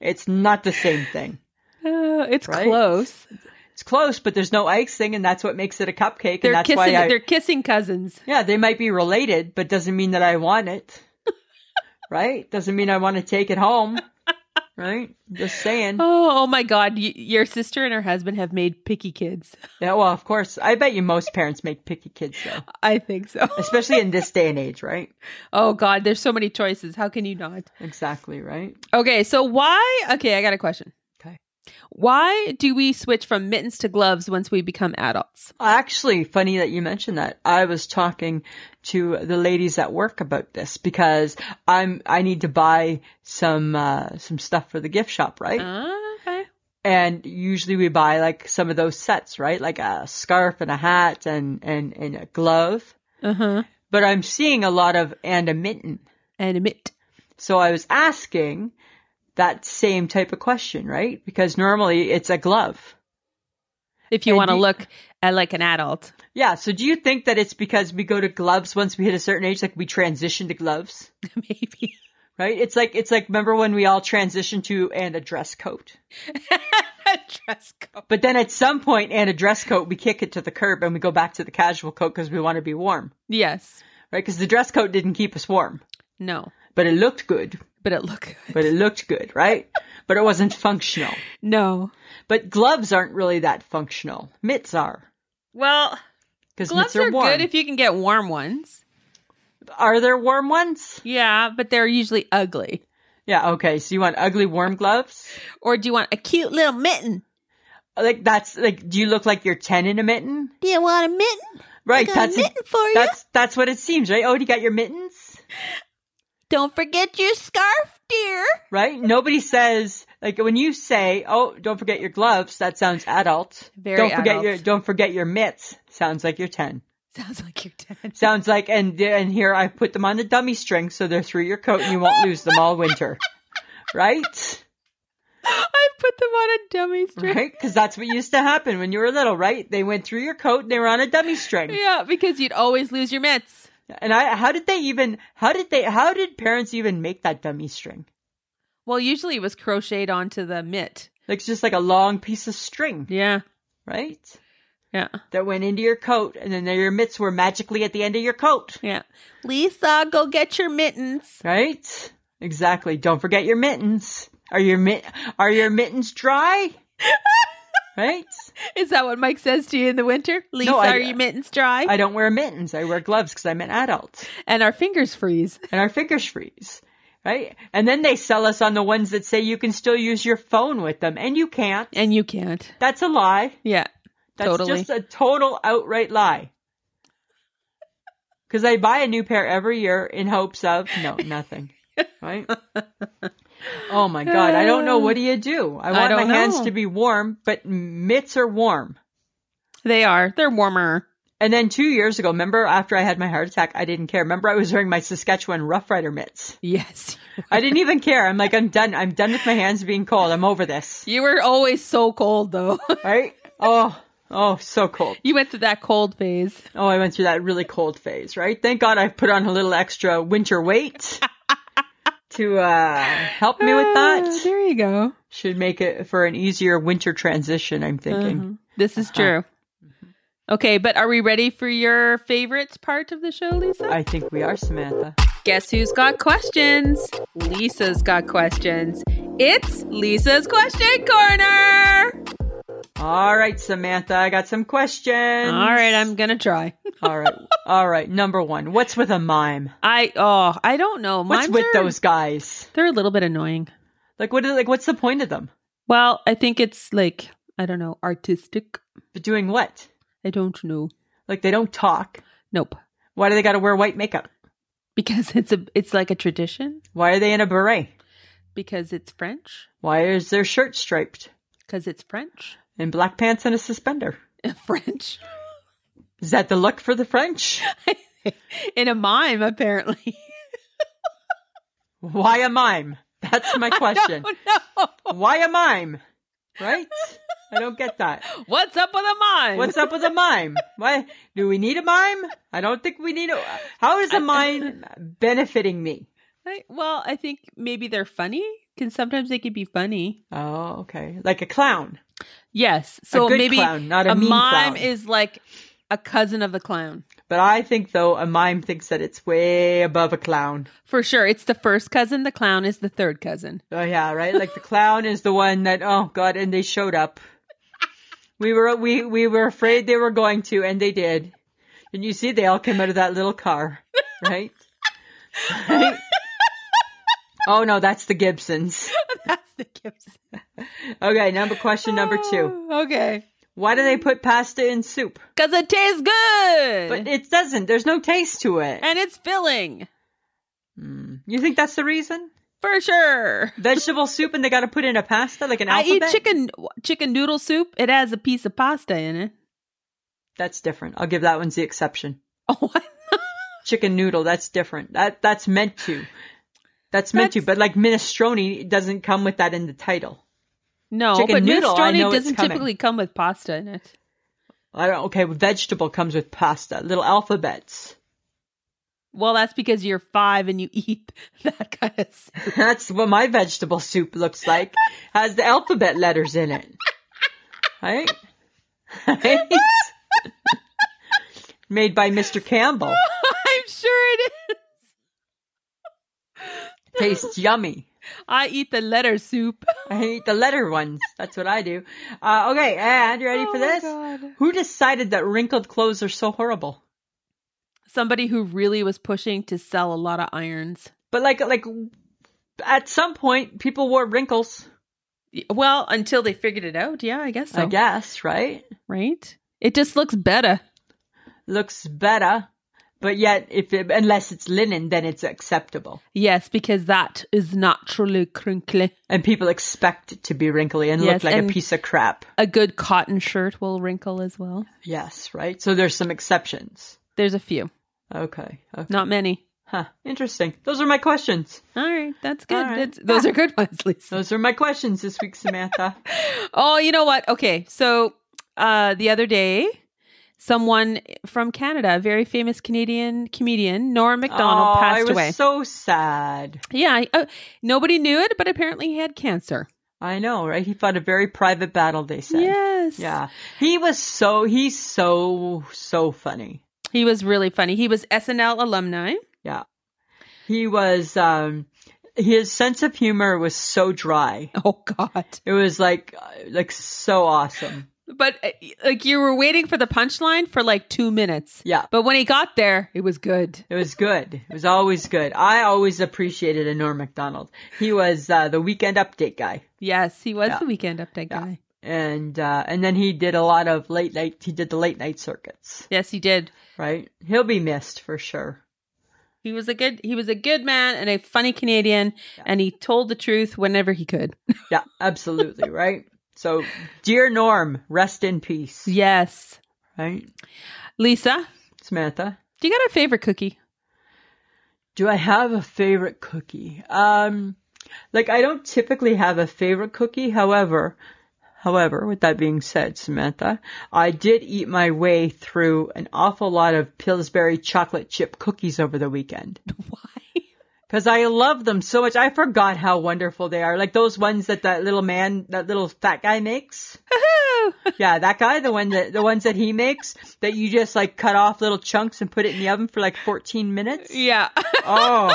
Speaker 2: It's not the same thing.
Speaker 1: Uh, it's
Speaker 2: Right?
Speaker 1: close.
Speaker 2: It's close, but there's no icing and that's what makes it a cupcake and
Speaker 1: They're
Speaker 2: that's
Speaker 1: kissing.
Speaker 2: why I
Speaker 1: they're kissing cousins.
Speaker 2: Yeah, they might be related, but doesn't mean that I want it. right? Doesn't mean I want to take it home. Right? Just saying.
Speaker 1: Oh, oh my God! Y- your sister and her husband have made picky kids.
Speaker 2: Yeah, well, of course. I bet you most parents make picky kids though.
Speaker 1: I think so.
Speaker 2: especially in this day and age, right?
Speaker 1: Oh God, there's so many choices. How can you not?
Speaker 2: Exactly, right?
Speaker 1: Okay, so why? Okay, I got a question.
Speaker 2: Okay.
Speaker 1: Why do we switch from mittens to gloves once we become adults?
Speaker 2: Actually, funny that you mentioned that. I was talking to the ladies at work about this because I'm I need to buy some uh, some stuff for the gift shop, right?
Speaker 1: Ah, okay.
Speaker 2: and usually we buy like some of those sets, right? Like a scarf and a hat and and and a glove.
Speaker 1: Uh
Speaker 2: Uh-huh.
Speaker 1: huh.
Speaker 2: But I'm seeing a lot of and a mitten.
Speaker 1: And a mitt.
Speaker 2: So I was asking that same type of question, right? Because normally it's a glove.
Speaker 1: If you
Speaker 2: And
Speaker 1: want to
Speaker 2: you-
Speaker 1: look at like an adult.
Speaker 2: Yeah. So do you think that it's because we go to gloves once we hit a certain age, like we transition to gloves,
Speaker 1: Maybe.
Speaker 2: right? It's like, it's like, remember when we all transitioned to and a dress coat?
Speaker 1: Dress code.
Speaker 2: But then at some point and a dress coat, we kick it to the curb and we go back to the casual coat because we want to be warm,
Speaker 1: Yes.
Speaker 2: right? Because the dress coat didn't keep us warm,
Speaker 1: No.
Speaker 2: but it looked good,
Speaker 1: But it look good.
Speaker 2: but it looked good, right? but it wasn't functional.
Speaker 1: No.
Speaker 2: But gloves aren't really that functional. Mitts are.
Speaker 1: Well,
Speaker 2: Because mitts
Speaker 1: gloves
Speaker 2: are,
Speaker 1: are
Speaker 2: warm.
Speaker 1: good if you can get warm ones.
Speaker 2: Are there warm ones?
Speaker 1: Yeah, but they're usually ugly.
Speaker 2: Yeah, okay. So you want ugly warm gloves?
Speaker 1: Or do you want a cute little mitten?
Speaker 2: like that's like do you look like you're 10 in a mitten
Speaker 1: Do you want a mitten?
Speaker 2: right that's
Speaker 1: for
Speaker 2: that's that's what it seems right oh do you got your mittens
Speaker 1: Don't forget your scarf, dear.
Speaker 2: right nobody says like when you say oh don't forget your gloves that sounds adult
Speaker 1: Very
Speaker 2: don't forget
Speaker 1: adult.
Speaker 2: your don't forget your mitts sounds like you're 10
Speaker 1: Sounds like you're dead.
Speaker 2: sounds like and and here i put them on the dummy string so they're through your coat and you won't lose them all winter right
Speaker 1: I put them on a dummy string.
Speaker 2: right because that's what used to happen when you were little right they went through your coat and they were on a dummy string
Speaker 1: Yeah, because you'd always lose your mitts.
Speaker 2: And I, how did they even, how did they, how did parents even make that dummy string?
Speaker 1: Well, usually it was crocheted onto the mitt.
Speaker 2: Like it's just like a long piece of string,
Speaker 1: Yeah.
Speaker 2: right?
Speaker 1: Yeah.
Speaker 2: That went into your coat, and then your mitts were magically at the end of your coat,
Speaker 1: Yeah. Lisa, go get your mittens.
Speaker 2: right? Exactly. Don't forget your mittens. Are your mit are your mittens dry? right?
Speaker 1: Is that what Mike says to you in the winter? Lisa,
Speaker 2: I-
Speaker 1: are your mittens dry?
Speaker 2: I don't wear mittens. I wear gloves because I'm an adult,
Speaker 1: and our fingers freeze.
Speaker 2: and our fingers freeze. Right? And then they sell us on the ones that say you can still use your phone with them, and you can't.
Speaker 1: And you can't.
Speaker 2: That's a lie.
Speaker 1: Yeah.
Speaker 2: That's
Speaker 1: Totally.
Speaker 2: just a total outright lie. Because I buy a new pair every year in hopes of no nothing, right? Oh my god, I don't know. What do you do? I want my
Speaker 1: don't
Speaker 2: hands
Speaker 1: know.
Speaker 2: to be warm, but mitts are warm.
Speaker 1: They are. They're warmer.
Speaker 2: And then two years ago, remember after I had my heart attack, I didn't care. Remember I was wearing my Saskatchewan Rough Rider mitts.
Speaker 1: Yes.
Speaker 2: I didn't even care. I'm like, I'm done. I'm done with my hands being cold. I'm over this.
Speaker 1: You were always so cold, though.
Speaker 2: Right? Oh, oh, so cold.
Speaker 1: you went through that cold phase.
Speaker 2: Oh, I went through that really cold phase, right? Thank God I've put on a little extra winter weight to uh, help me with
Speaker 1: Ah,
Speaker 2: that.
Speaker 1: there you go.
Speaker 2: Should make it for an easier winter transition, I'm thinking. Mm-hmm.
Speaker 1: Uh-huh. This is true. Okay, but are we ready for your favorites part of the show, Lisa?
Speaker 2: I think we are, Samantha.
Speaker 1: Guess who's got questions? Lisa's got questions. It's Lisa's Question Corner.
Speaker 2: All right, Samantha, I got some questions.
Speaker 1: All right, I'm going to try.
Speaker 2: All right. All right. Number one. What's with a mime?
Speaker 1: I, oh, I don't know.
Speaker 2: What's
Speaker 1: Mine's
Speaker 2: with
Speaker 1: are-
Speaker 2: those guys?
Speaker 1: They're a little bit annoying.
Speaker 2: Like what is like what's the point of them?
Speaker 1: Well, I think it's like, I don't know, artistic.
Speaker 2: But doing what?
Speaker 1: I don't know.
Speaker 2: Like they don't talk.
Speaker 1: Nope.
Speaker 2: Why do they gotta wear white makeup?
Speaker 1: Because it's a it's like a tradition
Speaker 2: Why are they in a beret?
Speaker 1: because it's French
Speaker 2: Why is their shirt striped?
Speaker 1: because it's French.
Speaker 2: And black pants and a suspender.
Speaker 1: French
Speaker 2: Is that the look for the French?
Speaker 1: in a mime apparently.
Speaker 2: Why a mime? That's my question.
Speaker 1: no.
Speaker 2: Why a mime? Right? I don't get that.
Speaker 1: What's up with a mime?
Speaker 2: What's up with a mime? Why do we need a mime? I don't think we need a How is a mime benefiting me?
Speaker 1: I, well, I think maybe they're funny. Can sometimes they can be funny.
Speaker 2: Oh, okay. Like a clown.
Speaker 1: Yes. So
Speaker 2: a good
Speaker 1: maybe
Speaker 2: clown, not
Speaker 1: a,
Speaker 2: a, mean
Speaker 1: mime
Speaker 2: clown.
Speaker 1: is like a cousin of the clown.
Speaker 2: But I think though a mime thinks that it's way above a clown.
Speaker 1: For sure. It's the first cousin. The clown is the third cousin.
Speaker 2: Oh yeah, right. Like the clown is the one that oh god, and they showed up. We were we we were afraid they were going to, and they did. And you see, they all came out of that little car, right? Right? Oh no, that's the Gibsons.
Speaker 1: That's the Gibson.
Speaker 2: Okay, number question number two.
Speaker 1: Oh, Okay.
Speaker 2: Why do they put pasta in soup?
Speaker 1: Because it tastes good.
Speaker 2: But it doesn't. There's no taste to it.
Speaker 1: and it's filling. Hmm.
Speaker 2: You think that's the reason?
Speaker 1: For sure.
Speaker 2: Vegetable soup, and they got to put in a pasta like an
Speaker 1: I
Speaker 2: alphabet.
Speaker 1: eat chicken chicken noodle soup. It has a piece of pasta in it.
Speaker 2: That's different. I'll give that one's the exception.
Speaker 1: Oh,
Speaker 2: Chicken noodle, that's different. That that's meant to. That's meant to,
Speaker 1: That's-
Speaker 2: but like minestrone doesn't come with that in the title.
Speaker 1: no,
Speaker 2: Chicken
Speaker 1: but
Speaker 2: noodle, I know
Speaker 1: minestrone
Speaker 2: it's
Speaker 1: doesn't
Speaker 2: coming.
Speaker 1: typically come with pasta in it.
Speaker 2: I don't okay, well, vegetable comes with pasta, little alphabets.
Speaker 1: Well, that's because you're five and you eat that kind of soup.
Speaker 2: That's what my vegetable soup looks like. Has the alphabet letters in it. Right? right? Made by Mr. Campbell.
Speaker 1: I'm sure it is.
Speaker 2: Tastes yummy.
Speaker 1: I eat the letter soup.
Speaker 2: I eat the letter ones. That's what I do. Uh, okay, and you ready
Speaker 1: Oh
Speaker 2: for
Speaker 1: my
Speaker 2: this?
Speaker 1: God.
Speaker 2: Who decided that wrinkled clothes are so horrible?
Speaker 1: Somebody who really was pushing to sell a lot of irons.
Speaker 2: But like, like at some point, people wore wrinkles.
Speaker 1: Y- Well, until they figured it out. Yeah, I guess so.
Speaker 2: I guess, right?
Speaker 1: Right? It just looks better.
Speaker 2: Looks better, but yet, if it, unless it's linen, then it's acceptable,
Speaker 1: Yes, because that is naturally crinkly.
Speaker 2: and people expect it to be wrinkly and
Speaker 1: Yes,
Speaker 2: look like
Speaker 1: and-
Speaker 2: a piece of crap.
Speaker 1: A good cotton shirt will wrinkle as well.
Speaker 2: Yes, right. So there's some exceptions.
Speaker 1: There's a few,
Speaker 2: Okay. okay.
Speaker 1: not many.
Speaker 2: Huh. Interesting. Those are my questions.
Speaker 1: All right, that's good.
Speaker 2: All right.
Speaker 1: That's, those are good ones, Lisa.
Speaker 2: Those are my questions this week, Samantha.
Speaker 1: Oh, you know what? Okay, so uh, the other day, someone from Canada, a very famous Canadian comedian, Norm MacDonald,
Speaker 2: Aw,
Speaker 1: passed
Speaker 2: I was
Speaker 1: away.
Speaker 2: so sad.
Speaker 1: yeah, I- uh, nobody knew it, but apparently he had cancer.
Speaker 2: I know, right? He fought a very private battle, they said.
Speaker 1: Yes.
Speaker 2: Yeah. He was so, he's so, so funny.
Speaker 1: He was really funny. He was SNL alumni.
Speaker 2: Yeah. He was, um, his sense of humor was so dry.
Speaker 1: Oh God!
Speaker 2: It was like, uh, like so awesome.
Speaker 1: But uh, like you were waiting for the punchline for like two minutes.
Speaker 2: Yeah.
Speaker 1: But when he got there, it was good.
Speaker 2: It was good. It was always good. I always appreciated a Norm MacDonald. He was, uh, the weekend update guy.
Speaker 1: Yes, he was
Speaker 2: Yeah.
Speaker 1: the weekend update
Speaker 2: Yeah.
Speaker 1: guy.
Speaker 2: And, uh, and then he did a lot of late night, he did the late night circuits,
Speaker 1: Yes, he did.
Speaker 2: right? He'll be missed for sure.
Speaker 1: He was a good he was a good man and a funny Canadian and he told the truth whenever he could.
Speaker 2: Yeah, absolutely, right? So, dear Norm, rest in peace.
Speaker 1: Yes.
Speaker 2: Right?
Speaker 1: Lisa,
Speaker 2: Samantha,
Speaker 1: do you got a favorite cookie?
Speaker 2: do I have a favorite cookie? Um, like I don't typically have a favorite cookie, however, however, with that being said, Samantha, I did eat my way through an awful lot of Pillsbury chocolate chip cookies over the weekend.
Speaker 1: Why?
Speaker 2: Cause I love them so much. I forgot how wonderful they are. Like those ones that that little man, that little fat guy makes. Yeah, that guy, the one that the ones that he makes that you just like cut off little chunks and put it in the oven for like 14 minutes.
Speaker 1: yeah.
Speaker 2: Oh.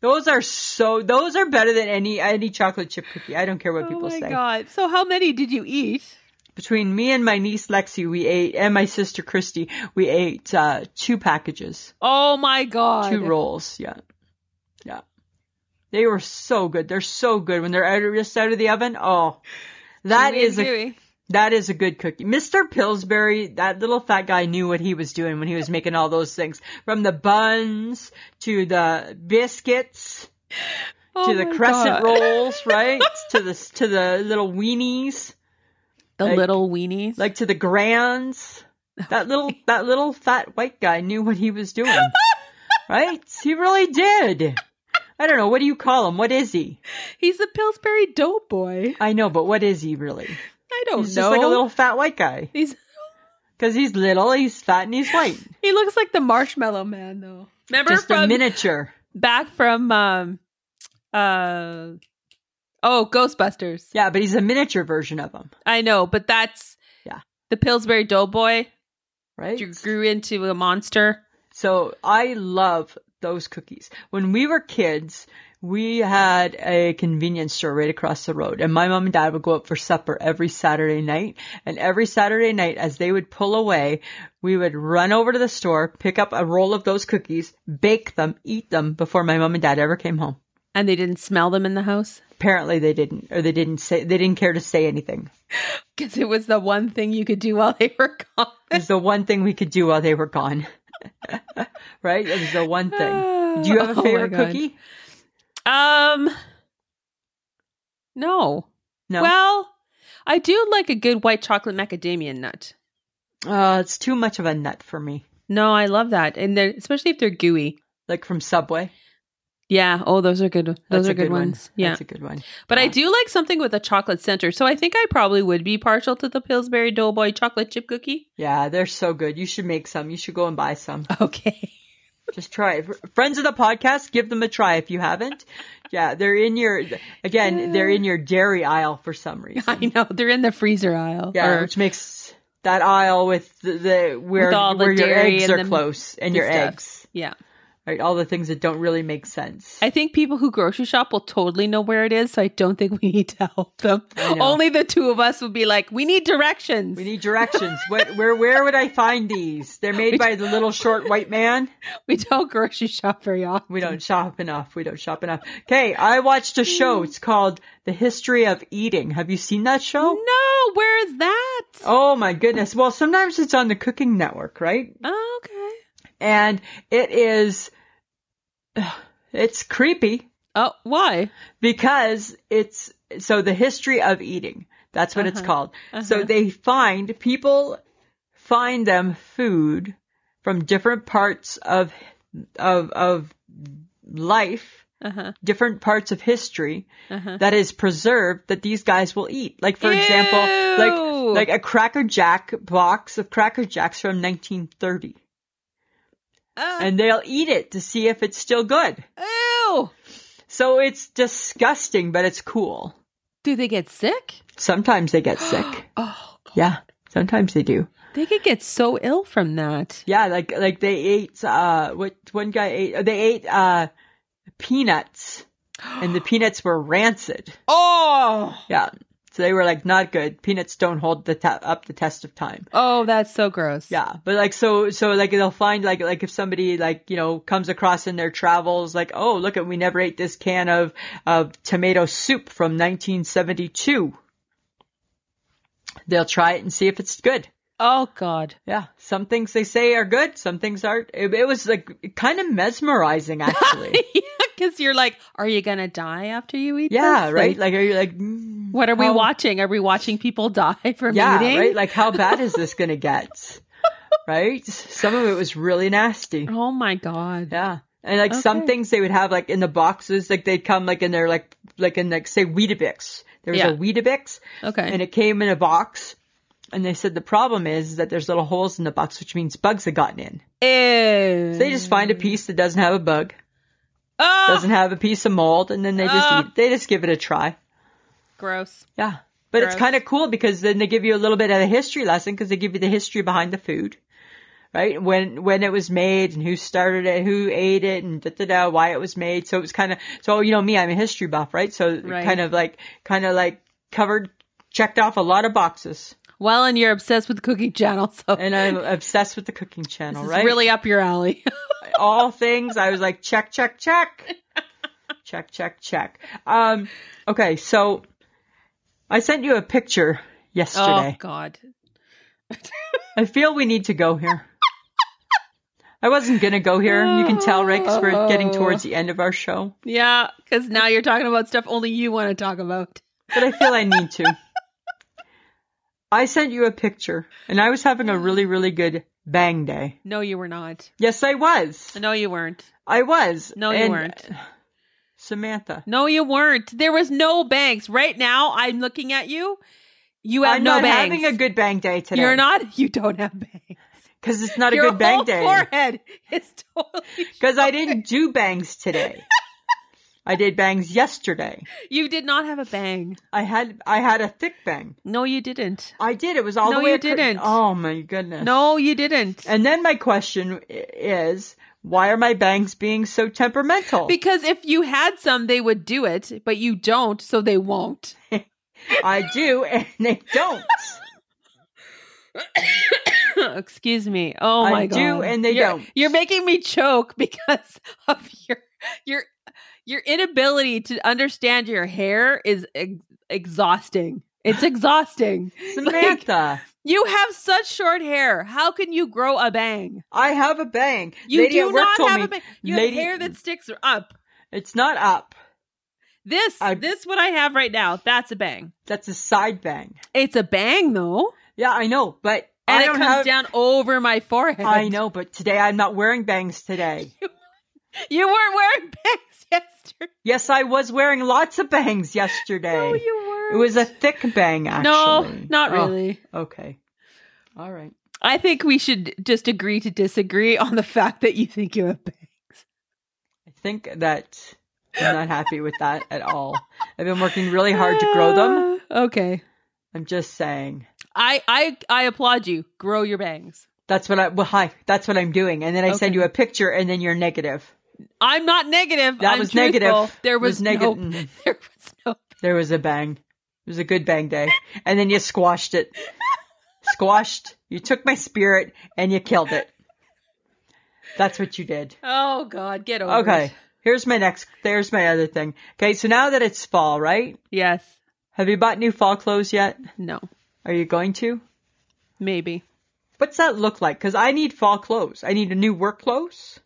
Speaker 2: Those are so those are better than any any chocolate chip cookie. I don't care what
Speaker 1: oh
Speaker 2: people
Speaker 1: my
Speaker 2: say.
Speaker 1: god. So how many did you eat?
Speaker 2: Between me and my niece Lexi, we ate and my sister Christy, we ate uh two packages,
Speaker 1: Oh my god.
Speaker 2: two rolls, yeah. Yeah. They were so good. They're so good when they're out of, just out of the oven. Oh. That
Speaker 1: Chewy and
Speaker 2: is a
Speaker 1: gooey.
Speaker 2: That is a good cookie. Mr. Pillsbury, that little fat guy knew what he was doing when he was making all those things. From the buns to the biscuits
Speaker 1: Oh
Speaker 2: to the
Speaker 1: my God.
Speaker 2: crescent rolls, right? to the to the little weenies,
Speaker 1: The
Speaker 2: like-
Speaker 1: little weenies.
Speaker 2: like to the grands. That little that little fat white guy knew what he was doing. right? He really did. I don't know, what do you call him? What is he?
Speaker 1: He's the Pillsbury Doughboy.
Speaker 2: I know, but what is he really?
Speaker 1: I don't
Speaker 2: He's
Speaker 1: know.
Speaker 2: just like a little fat white guy.
Speaker 1: Oh, He's
Speaker 2: Because he's little, he's fat, and he's white.
Speaker 1: he looks like the Marshmallow Man though. Remember
Speaker 2: Just a
Speaker 1: from
Speaker 2: miniature.
Speaker 1: back from um uh oh Ghostbusters.
Speaker 2: Yeah, but he's a miniature version of him,
Speaker 1: I know, but that's
Speaker 2: Yeah.
Speaker 1: The Pillsbury Doughboy
Speaker 2: right?
Speaker 1: you grew into a monster.
Speaker 2: So I love those cookies. When we were kids, we had a convenience store right across the road, and my mom and dad would go out for supper every Saturday night. And every Saturday night, as they would pull away, we would run over to the store, pick up a roll of those cookies, bake them, eat them before my mom and dad ever came home.
Speaker 1: And they didn't smell them in the house
Speaker 2: Apparently they didn't, or they didn't say, they didn't care to say anything.
Speaker 1: because it was the one thing you could do while they were gone.
Speaker 2: It was the one thing we could do while they were gone. right? It was the one thing. Do you have
Speaker 1: Oh my
Speaker 2: a favorite
Speaker 1: God.
Speaker 2: cookie?
Speaker 1: Um, no.
Speaker 2: No.
Speaker 1: Well, I do like a good white chocolate macadamia nut.
Speaker 2: Uh, it's too much of a nut for me.
Speaker 1: No, I love that, and they're especially if they're gooey.
Speaker 2: Like from Subway.
Speaker 1: Yeah. Oh, those are good. Those
Speaker 2: That's
Speaker 1: are
Speaker 2: a
Speaker 1: good,
Speaker 2: good, one.
Speaker 1: ones. Yeah.
Speaker 2: That's a good one.
Speaker 1: But I
Speaker 2: Yeah.
Speaker 1: do like something with a chocolate center. So I think I probably would be partial to the Pillsbury Doughboy chocolate chip cookie.
Speaker 2: Yeah, they're so good. You should make some. You should go and buy some.
Speaker 1: Okay.
Speaker 2: Just try it. Friends of the podcast, give them a try if you haven't. Yeah, they're in your, again, they're in your dairy aisle for some reason.
Speaker 1: I know. They're in the freezer aisle.
Speaker 2: Mm-hmm. Yeah,
Speaker 1: Or-
Speaker 2: which makes that aisle with the, the where,
Speaker 1: With all the
Speaker 2: where your
Speaker 1: dairy
Speaker 2: eggs
Speaker 1: and
Speaker 2: are
Speaker 1: the-
Speaker 2: close and
Speaker 1: the
Speaker 2: your
Speaker 1: stuff.
Speaker 2: eggs,
Speaker 1: yeah.
Speaker 2: right? All the things that don't really make sense.
Speaker 1: I think people who grocery shop will totally know where it is. So I don't think we need to help them.
Speaker 2: I know.
Speaker 1: Only the two of us would be like, we need directions.
Speaker 2: We need directions. what, where, where would I find these? They're made by the little short white man.
Speaker 1: we don't grocery shop very often.
Speaker 2: We don't shop enough. We don't shop enough. Okay, I watched a
Speaker 1: Mm.
Speaker 2: show. It's called The History of Eating. Have you seen that
Speaker 1: Mm.
Speaker 2: show?
Speaker 1: No, where is that?
Speaker 2: Oh my goodness. Well, sometimes it's on the Cooking Network, right?
Speaker 1: Oh, okay.
Speaker 2: And it is, it's creepy
Speaker 1: Oh, why?
Speaker 2: because it's so the history of eating. That's what it's
Speaker 1: Uh-huh.
Speaker 2: called. So
Speaker 1: Uh-huh.
Speaker 2: they find people find them food from different parts of of of life,
Speaker 1: Uh huh.
Speaker 2: different parts of history
Speaker 1: Uh huh.
Speaker 2: that is preserved that these guys will eat. Like for example, like
Speaker 1: Ooh.
Speaker 2: like a Cracker Jack box of Cracker Jacks from 1930.
Speaker 1: Uh,
Speaker 2: And they'll eat it to see if it's still good.
Speaker 1: ew.
Speaker 2: So it's disgusting, but it's cool.
Speaker 1: Do they get sick?
Speaker 2: Sometimes they get sick.
Speaker 1: Oh, God.
Speaker 2: Yeah, sometimes they do.
Speaker 1: they could get so ill from that.
Speaker 2: Yeah, like like they ate uh what one guy ate they ate uh peanuts and the peanuts were rancid.
Speaker 1: Oh,
Speaker 2: Yeah. So they were like not good. Peanuts don't hold the te- up the test of time.
Speaker 1: oh, that's so gross.
Speaker 2: Yeah, but like so so like they'll find like like if somebody like you know comes across in their travels like oh look at we never ate this can of of tomato soup from 1972. They'll try it and see if it's good.
Speaker 1: Oh God.
Speaker 2: Yeah, some things they say are good, some things aren't. It, it was like kind of mesmerizing actually.
Speaker 1: yeah, because you're like, are you gonna die after you eat?
Speaker 2: yeah,
Speaker 1: this?
Speaker 2: right?
Speaker 1: Like,
Speaker 2: Like are you like mm,
Speaker 1: what are we
Speaker 2: how-
Speaker 1: watching? Are we watching people die from
Speaker 2: Yeah,
Speaker 1: eating?
Speaker 2: right? Like how bad is this going to get? right? Some of it was really nasty.
Speaker 1: oh my God.
Speaker 2: Yeah. And like some
Speaker 1: Okay.
Speaker 2: things they would have like in the boxes, like they'd come like in their like like in like say Weetabix. There was
Speaker 1: Yeah.
Speaker 2: a Weetabix
Speaker 1: Okay.
Speaker 2: and it came in a box and they said the problem is that there's little holes in the box, which means bugs have gotten in.
Speaker 1: Ew.
Speaker 2: So they just
Speaker 1: Mm.
Speaker 2: find a piece that doesn't have a bug,
Speaker 1: oh,
Speaker 2: doesn't have a piece of mold, and then they just
Speaker 1: Ah.
Speaker 2: eat they just give it a try.
Speaker 1: gross.
Speaker 2: Yeah. But it's
Speaker 1: Gross.
Speaker 2: kind of cool because then they give you a little bit of a history lesson because they give you the history behind the food, right? When, when it was made and who started it, who ate it and da da da, why it was made. So it was kind of, so you know me, I'm a history buff, right? So it
Speaker 1: Right.
Speaker 2: kind of like, kind of like covered, checked off a lot of boxes
Speaker 1: Well, and you're obsessed with the cooking channel, so
Speaker 2: and I'm obsessed with the cooking channel,
Speaker 1: this is
Speaker 2: right?
Speaker 1: really up your alley. Oh
Speaker 2: all things. I was like, check, check, check, check, check, check. Um, okay. So I sent you a picture
Speaker 1: oh
Speaker 2: yesterday.
Speaker 1: God.
Speaker 2: I feel we need to go here. I wasn't gonna go here. You can tell, right? Because we're getting towards the end of our show.
Speaker 1: Yeah, because now you're talking about stuff only you want to talk about.
Speaker 2: But I feel I need to. I sent you a picture, and I was having a really, really good bang day.
Speaker 1: No, you were not.
Speaker 2: Yes, I was.
Speaker 1: No, you weren't.
Speaker 2: I was.
Speaker 1: No, you
Speaker 2: And-
Speaker 1: weren't.
Speaker 2: Samantha.
Speaker 1: No, you weren't. There was no banks. Right now, I'm looking at you. You have
Speaker 2: I'm
Speaker 1: no
Speaker 2: not
Speaker 1: bangs.
Speaker 2: having a good bang day today.
Speaker 1: You're not. You don't have bangs.
Speaker 2: because it's not a
Speaker 1: Your
Speaker 2: good bang
Speaker 1: whole
Speaker 2: day.
Speaker 1: forehead is totally.
Speaker 2: Because I didn't do bangs today. I did bangs yesterday.
Speaker 1: You did not have a bang.
Speaker 2: I had I had a thick bang.
Speaker 1: No, you didn't.
Speaker 2: I did. It was all
Speaker 1: No,
Speaker 2: the way.
Speaker 1: you
Speaker 2: acro-
Speaker 1: didn't.
Speaker 2: Oh my goodness.
Speaker 1: No, you didn't.
Speaker 2: And then my question i- is, why are my bangs being so temperamental?
Speaker 1: Because if you had some, they would do it, but you don't, so they won't.
Speaker 2: I do, and they don't.
Speaker 1: Excuse me. Oh
Speaker 2: I
Speaker 1: my god.
Speaker 2: do and they
Speaker 1: you're,
Speaker 2: don't.
Speaker 1: You're making me choke because of your your your inability to understand your hair is ex- exhausting. It's exhausting.
Speaker 2: Samantha,
Speaker 1: You have such short hair. How can you grow a bang?
Speaker 2: I have a bang.
Speaker 1: You
Speaker 2: Lady
Speaker 1: do
Speaker 2: at work
Speaker 1: not
Speaker 2: told
Speaker 1: have
Speaker 2: me
Speaker 1: a bang. You
Speaker 2: Lady-
Speaker 1: have hair that sticks up.
Speaker 2: it's not up.
Speaker 1: This
Speaker 2: I-
Speaker 1: this what I have right now. That's a bang.
Speaker 2: That's a side bang.
Speaker 1: It's a bang though,
Speaker 2: Yeah, I know, but
Speaker 1: and
Speaker 2: I
Speaker 1: it
Speaker 2: don't
Speaker 1: comes
Speaker 2: have.
Speaker 1: down over my forehead.
Speaker 2: I know, but today I'm not wearing bangs today.
Speaker 1: You weren't wearing bangs yesterday.
Speaker 2: Yes, I was wearing lots of bangs yesterday.
Speaker 1: No, you weren't.
Speaker 2: it was a thick bang, actually.
Speaker 1: No, not
Speaker 2: Oh,
Speaker 1: really.
Speaker 2: okay. All right.
Speaker 1: I think we should just agree to disagree on the fact that you think you have bangs.
Speaker 2: I think that I'm not happy with that at all. I've been working really hard to grow them.
Speaker 1: Ah, Okay.
Speaker 2: I'm just saying.
Speaker 1: I I I applaud you. Grow your bangs.
Speaker 2: That's what I well hi, that's what I'm doing. And then I send
Speaker 1: Okay.
Speaker 2: you a picture and then you're negative.
Speaker 1: I'm not negative.
Speaker 2: That
Speaker 1: I'm
Speaker 2: was
Speaker 1: truthful.
Speaker 2: negative.
Speaker 1: There
Speaker 2: It
Speaker 1: was,
Speaker 2: negative.
Speaker 1: no.
Speaker 2: Mm.
Speaker 1: There was no.
Speaker 2: There was a bang. It was a good bang day. And then you squashed it. squashed. You took my spirit and you killed it. That's what you did.
Speaker 1: Oh God, get over
Speaker 2: Okay.
Speaker 1: it.
Speaker 2: Here's my next. There's my other thing. Okay. So now that it's fall, right?
Speaker 1: Yes.
Speaker 2: Have you bought new fall clothes yet?
Speaker 1: No.
Speaker 2: Are you going to?
Speaker 1: Maybe.
Speaker 2: What's that look like? Because I need fall clothes. I need a new work clothes.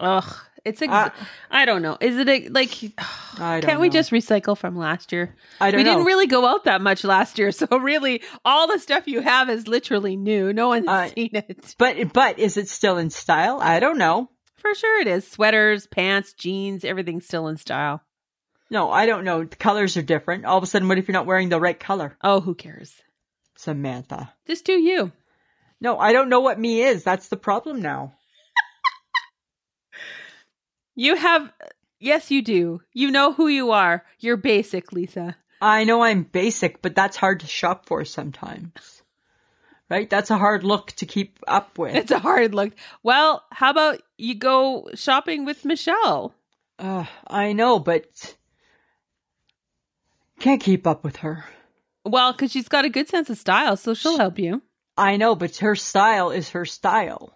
Speaker 1: Ugh. It's. Ex-
Speaker 2: Uh,
Speaker 1: I don't know. Is it a, like?
Speaker 2: I don't
Speaker 1: Can't we
Speaker 2: know.
Speaker 1: just recycle from last year?
Speaker 2: I don't
Speaker 1: we
Speaker 2: know.
Speaker 1: didn't really go out that much last year, so really, all the stuff you have is literally new. No one's
Speaker 2: I-
Speaker 1: seen it.
Speaker 2: but but is it still in style? I don't know.
Speaker 1: For sure, it is sweaters, pants, jeans, everything's still in style.
Speaker 2: No, I don't know. The colors are different. All of a sudden, what if you're not wearing the right color?
Speaker 1: Oh, who cares?
Speaker 2: Samantha.
Speaker 1: Just do you.
Speaker 2: No, I don't know what me is. That's the problem now.
Speaker 1: You have, yes, you do. You know who you are. You're basic, Lisa.
Speaker 2: I know I'm basic, but that's hard to shop for sometimes. Right? That's a hard look to keep up with.
Speaker 1: It's a hard look. Well, how about you go shopping with Michelle?
Speaker 2: Uh, I know, but can't keep up with her.
Speaker 1: Well, because she's got a good sense of style, so she'll help you.
Speaker 2: I know, but her style is her style.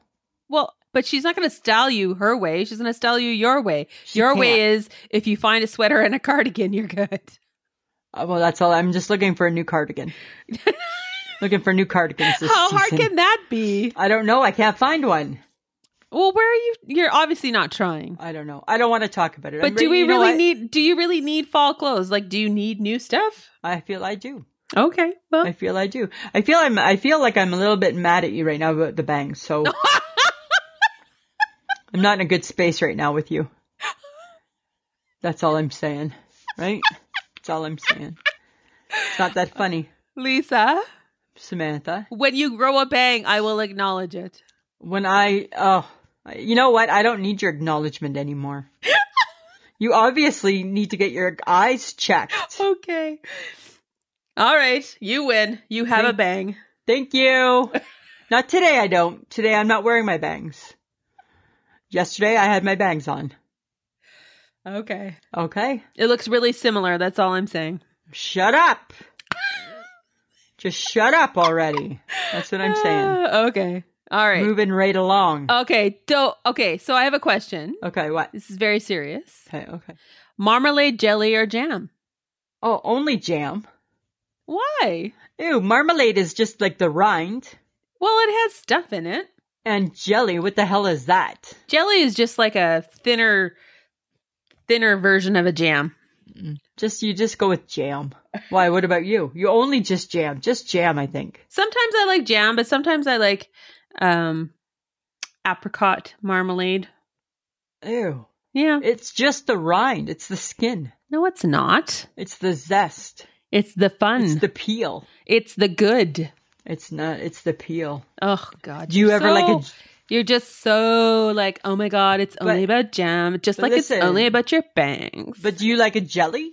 Speaker 1: Well, but she's not going to style you her way. She's going to style you your way.
Speaker 2: She
Speaker 1: your
Speaker 2: can't.
Speaker 1: way is if you find a sweater and a cardigan, you're good.
Speaker 2: Uh, well, that's all. I'm just looking for a new cardigan. looking for new cardigans this
Speaker 1: How hard
Speaker 2: season.
Speaker 1: can that be?
Speaker 2: I don't know. I can't find one.
Speaker 1: Well, where are you? You're obviously not trying.
Speaker 2: I don't know. I don't want to talk about it.
Speaker 1: But
Speaker 2: I'm
Speaker 1: do
Speaker 2: re-
Speaker 1: we
Speaker 2: you know
Speaker 1: really
Speaker 2: what?
Speaker 1: need? Do you really need fall clothes? Like, do you need new stuff?
Speaker 2: I feel I do.
Speaker 1: Okay, well,
Speaker 2: I feel I do. I feel I'm. I feel like I'm a little bit mad at you right now about the bangs. So I'm not in a good space right now with you. That's all I'm saying. Right? That's all I'm saying. It's not that funny,
Speaker 1: Lisa,
Speaker 2: Samantha.
Speaker 1: when you grow a bang, I will acknowledge it.
Speaker 2: When I oh, you know what? I don't need your acknowledgement anymore. You obviously need to get your eyes checked.
Speaker 1: Okay. All right, you win. You have a
Speaker 2: Thank-
Speaker 1: bang.
Speaker 2: Thank you. Not today, I don't. Today, I'm not wearing my bangs. Yesterday, I had my bangs on.
Speaker 1: Okay.
Speaker 2: Okay.
Speaker 1: It looks really similar. That's all I'm saying.
Speaker 2: Shut up. Just shut up already. That's what I'm saying.
Speaker 1: Ah, okay. All right.
Speaker 2: Moving right along.
Speaker 1: Okay. So, okay. So I have a question.
Speaker 2: Okay, what?
Speaker 1: This is very serious.
Speaker 2: Okay, okay.
Speaker 1: Marmalade jelly or jam?
Speaker 2: Oh, only jam.
Speaker 1: Why?
Speaker 2: Ew, marmalade is just like the rind.
Speaker 1: Well, it has stuff in it.
Speaker 2: And jelly, what the hell is that?
Speaker 1: Jelly is just like a thinner, thinner version of a jam.
Speaker 2: Just you just go with jam. Why, what about you? You only just jam. Just jam, I think.
Speaker 1: Sometimes I like jam, but sometimes I like um apricot marmalade.
Speaker 2: Ew.
Speaker 1: Yeah.
Speaker 2: It's just the rind. It's the skin.
Speaker 1: No, it's not.
Speaker 2: It's the zest.
Speaker 1: It's the fun.
Speaker 2: It's the peel.
Speaker 1: good.
Speaker 2: It's not it's the peel.
Speaker 1: Oh God.
Speaker 2: Do you
Speaker 1: you're
Speaker 2: ever like a
Speaker 1: so- You're just so like, oh my god, it's
Speaker 2: But-
Speaker 1: only about jam, just
Speaker 2: but
Speaker 1: like
Speaker 2: listen.
Speaker 1: it's only about your bangs.
Speaker 2: But do you like a jelly?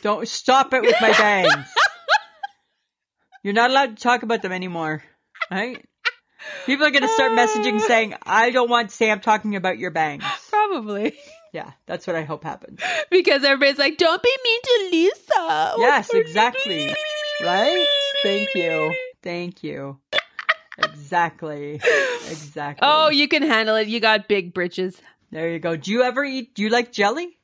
Speaker 2: Don't stop it with my bangs. You're not allowed to talk about them anymore. Right? People are going to start messaging saying, I don't want Sam talking about your bangs.
Speaker 1: probably
Speaker 2: Yeah, that's what I hope happens.
Speaker 1: because everybody's like, don't be mean to Lisa.
Speaker 2: Yes, exactly. Right? Thank you. Thank you. Exactly. Exactly.
Speaker 1: Oh, you can handle it. You got big britches.
Speaker 2: there you go. Do you ever eat, do you like jelly?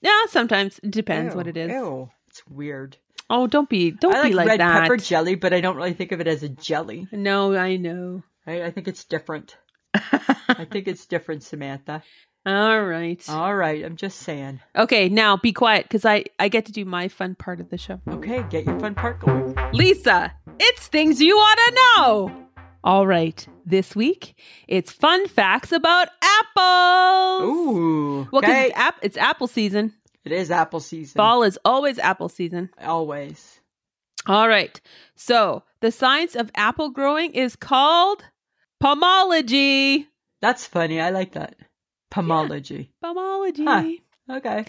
Speaker 1: Yeah, sometimes it depends
Speaker 2: Ew,
Speaker 1: what it is.
Speaker 2: Ew. It's weird.
Speaker 1: Oh, don't be, don't
Speaker 2: I like,
Speaker 1: be like
Speaker 2: red
Speaker 1: that.
Speaker 2: pepper jelly, but I don't really think of it as a jelly.
Speaker 1: no, I know.
Speaker 2: Right? I think it's different. I think it's different, Samantha.
Speaker 1: All right.
Speaker 2: All right, I'm just saying.
Speaker 1: Okay, now be quiet because I I get to do my fun part of the show.
Speaker 2: Okay, get your fun part going.
Speaker 1: Lisa, it's things you want to know. All right, this week it's fun facts about apples.
Speaker 2: Ooh.
Speaker 1: Well, 'cause
Speaker 2: okay.
Speaker 1: it's, ap- it's apple season.
Speaker 2: It is apple season.
Speaker 1: Fall is always apple season.
Speaker 2: Always.
Speaker 1: All right. So, the science of apple growing is called pomology.
Speaker 2: That's funny. I like that. Pomology.
Speaker 1: Pomology.
Speaker 2: Huh. Okay.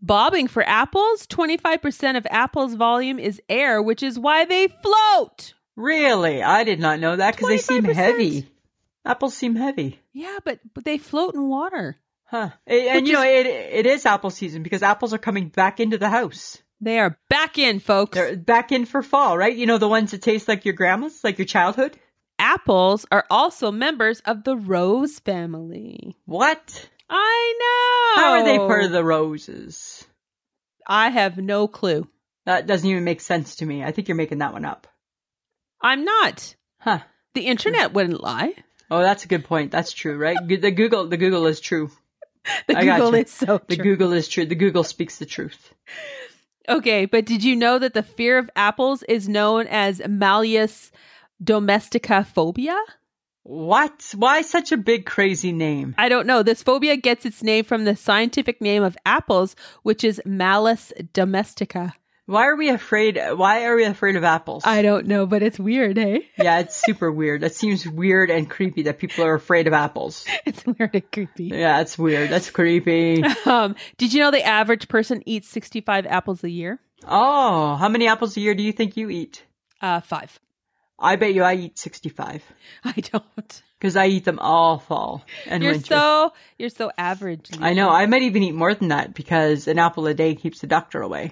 Speaker 1: Bobbing for apples, 25% of apples' volume is air, which is why they float.
Speaker 2: Really? I did not know that because they seem
Speaker 1: 25%.
Speaker 2: heavy. Apples seem heavy.
Speaker 1: Yeah, but, but they float in water.
Speaker 2: Huh. A- and
Speaker 1: Which
Speaker 2: you know, it it is apple season because apples are coming back into the house.
Speaker 1: They are back in, folks.
Speaker 2: They're back in for fall, right? You know, the ones that taste like your grandma's, like your childhood?
Speaker 1: apples are also members of the rose family.
Speaker 2: What?
Speaker 1: I know.
Speaker 2: How are they part of the roses?
Speaker 1: I have no clue.
Speaker 2: That doesn't even make sense to me. I think you're making that one up.
Speaker 1: I'm not.
Speaker 2: Huh.
Speaker 1: The internet wouldn't lie.
Speaker 2: Oh, that's a good point. That's true, right? Go- The Google, the Google is true.
Speaker 1: The
Speaker 2: I got
Speaker 1: Google
Speaker 2: you.
Speaker 1: is so
Speaker 2: The
Speaker 1: true.
Speaker 2: Google is true. The Google speaks the truth.
Speaker 1: okay, but did you know that the fear of apples is known as Malleus domestica phobia?
Speaker 2: What? Why such a big crazy name?
Speaker 1: I don't know. This phobia gets its name from the scientific name of apples, which is Malus domestica.
Speaker 2: Why are we afraid? Why are we afraid of apples?
Speaker 1: I don't know, but it's weird, eh? hey?
Speaker 2: yeah, it's super weird. That seems weird and creepy that people are afraid of apples.
Speaker 1: It's weird and creepy.
Speaker 2: Yeah, that's weird. That's creepy.
Speaker 1: Um, did you know the average person eats 65 apples a year?
Speaker 2: Oh, how many apples a year do you think you eat?
Speaker 1: Uh, five.
Speaker 2: I bet you I eat 65
Speaker 1: I don't.
Speaker 2: because I eat them all fall and
Speaker 1: You're
Speaker 2: winter.
Speaker 1: so you're so average.
Speaker 2: I know.
Speaker 1: Lisa.
Speaker 2: I might even eat more than that because an apple a day keeps the doctor away.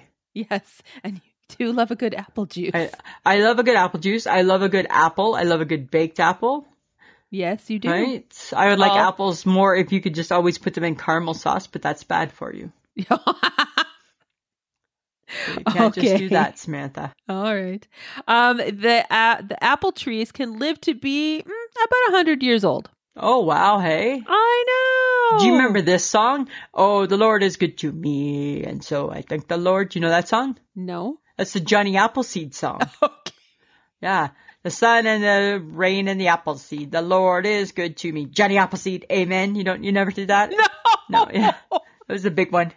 Speaker 1: yes, and you do love a good apple juice.
Speaker 2: I, I love a good apple juice. I love a good apple. I love a good baked apple.
Speaker 1: yes, you do.
Speaker 2: Right? I would like
Speaker 1: Oh.
Speaker 2: apples more if you could just always put them in caramel sauce, but that's bad for you. You can't just
Speaker 1: Okay.
Speaker 2: do that, Samantha.
Speaker 1: All right. Um, the uh, the apple trees can live to be mm, about hundred years old.
Speaker 2: Oh wow, hey.
Speaker 1: I know.
Speaker 2: Do you remember this song? Oh, the Lord is good to me, and so I thank the Lord. You know that song?
Speaker 1: No.
Speaker 2: That's the Johnny Appleseed song.
Speaker 1: Okay.
Speaker 2: Yeah. The sun and the rain and the apple seed. The Lord is good to me. Johnny Appleseed. Amen. You don't, you never did that?
Speaker 1: No.
Speaker 2: No, yeah. It was a big one.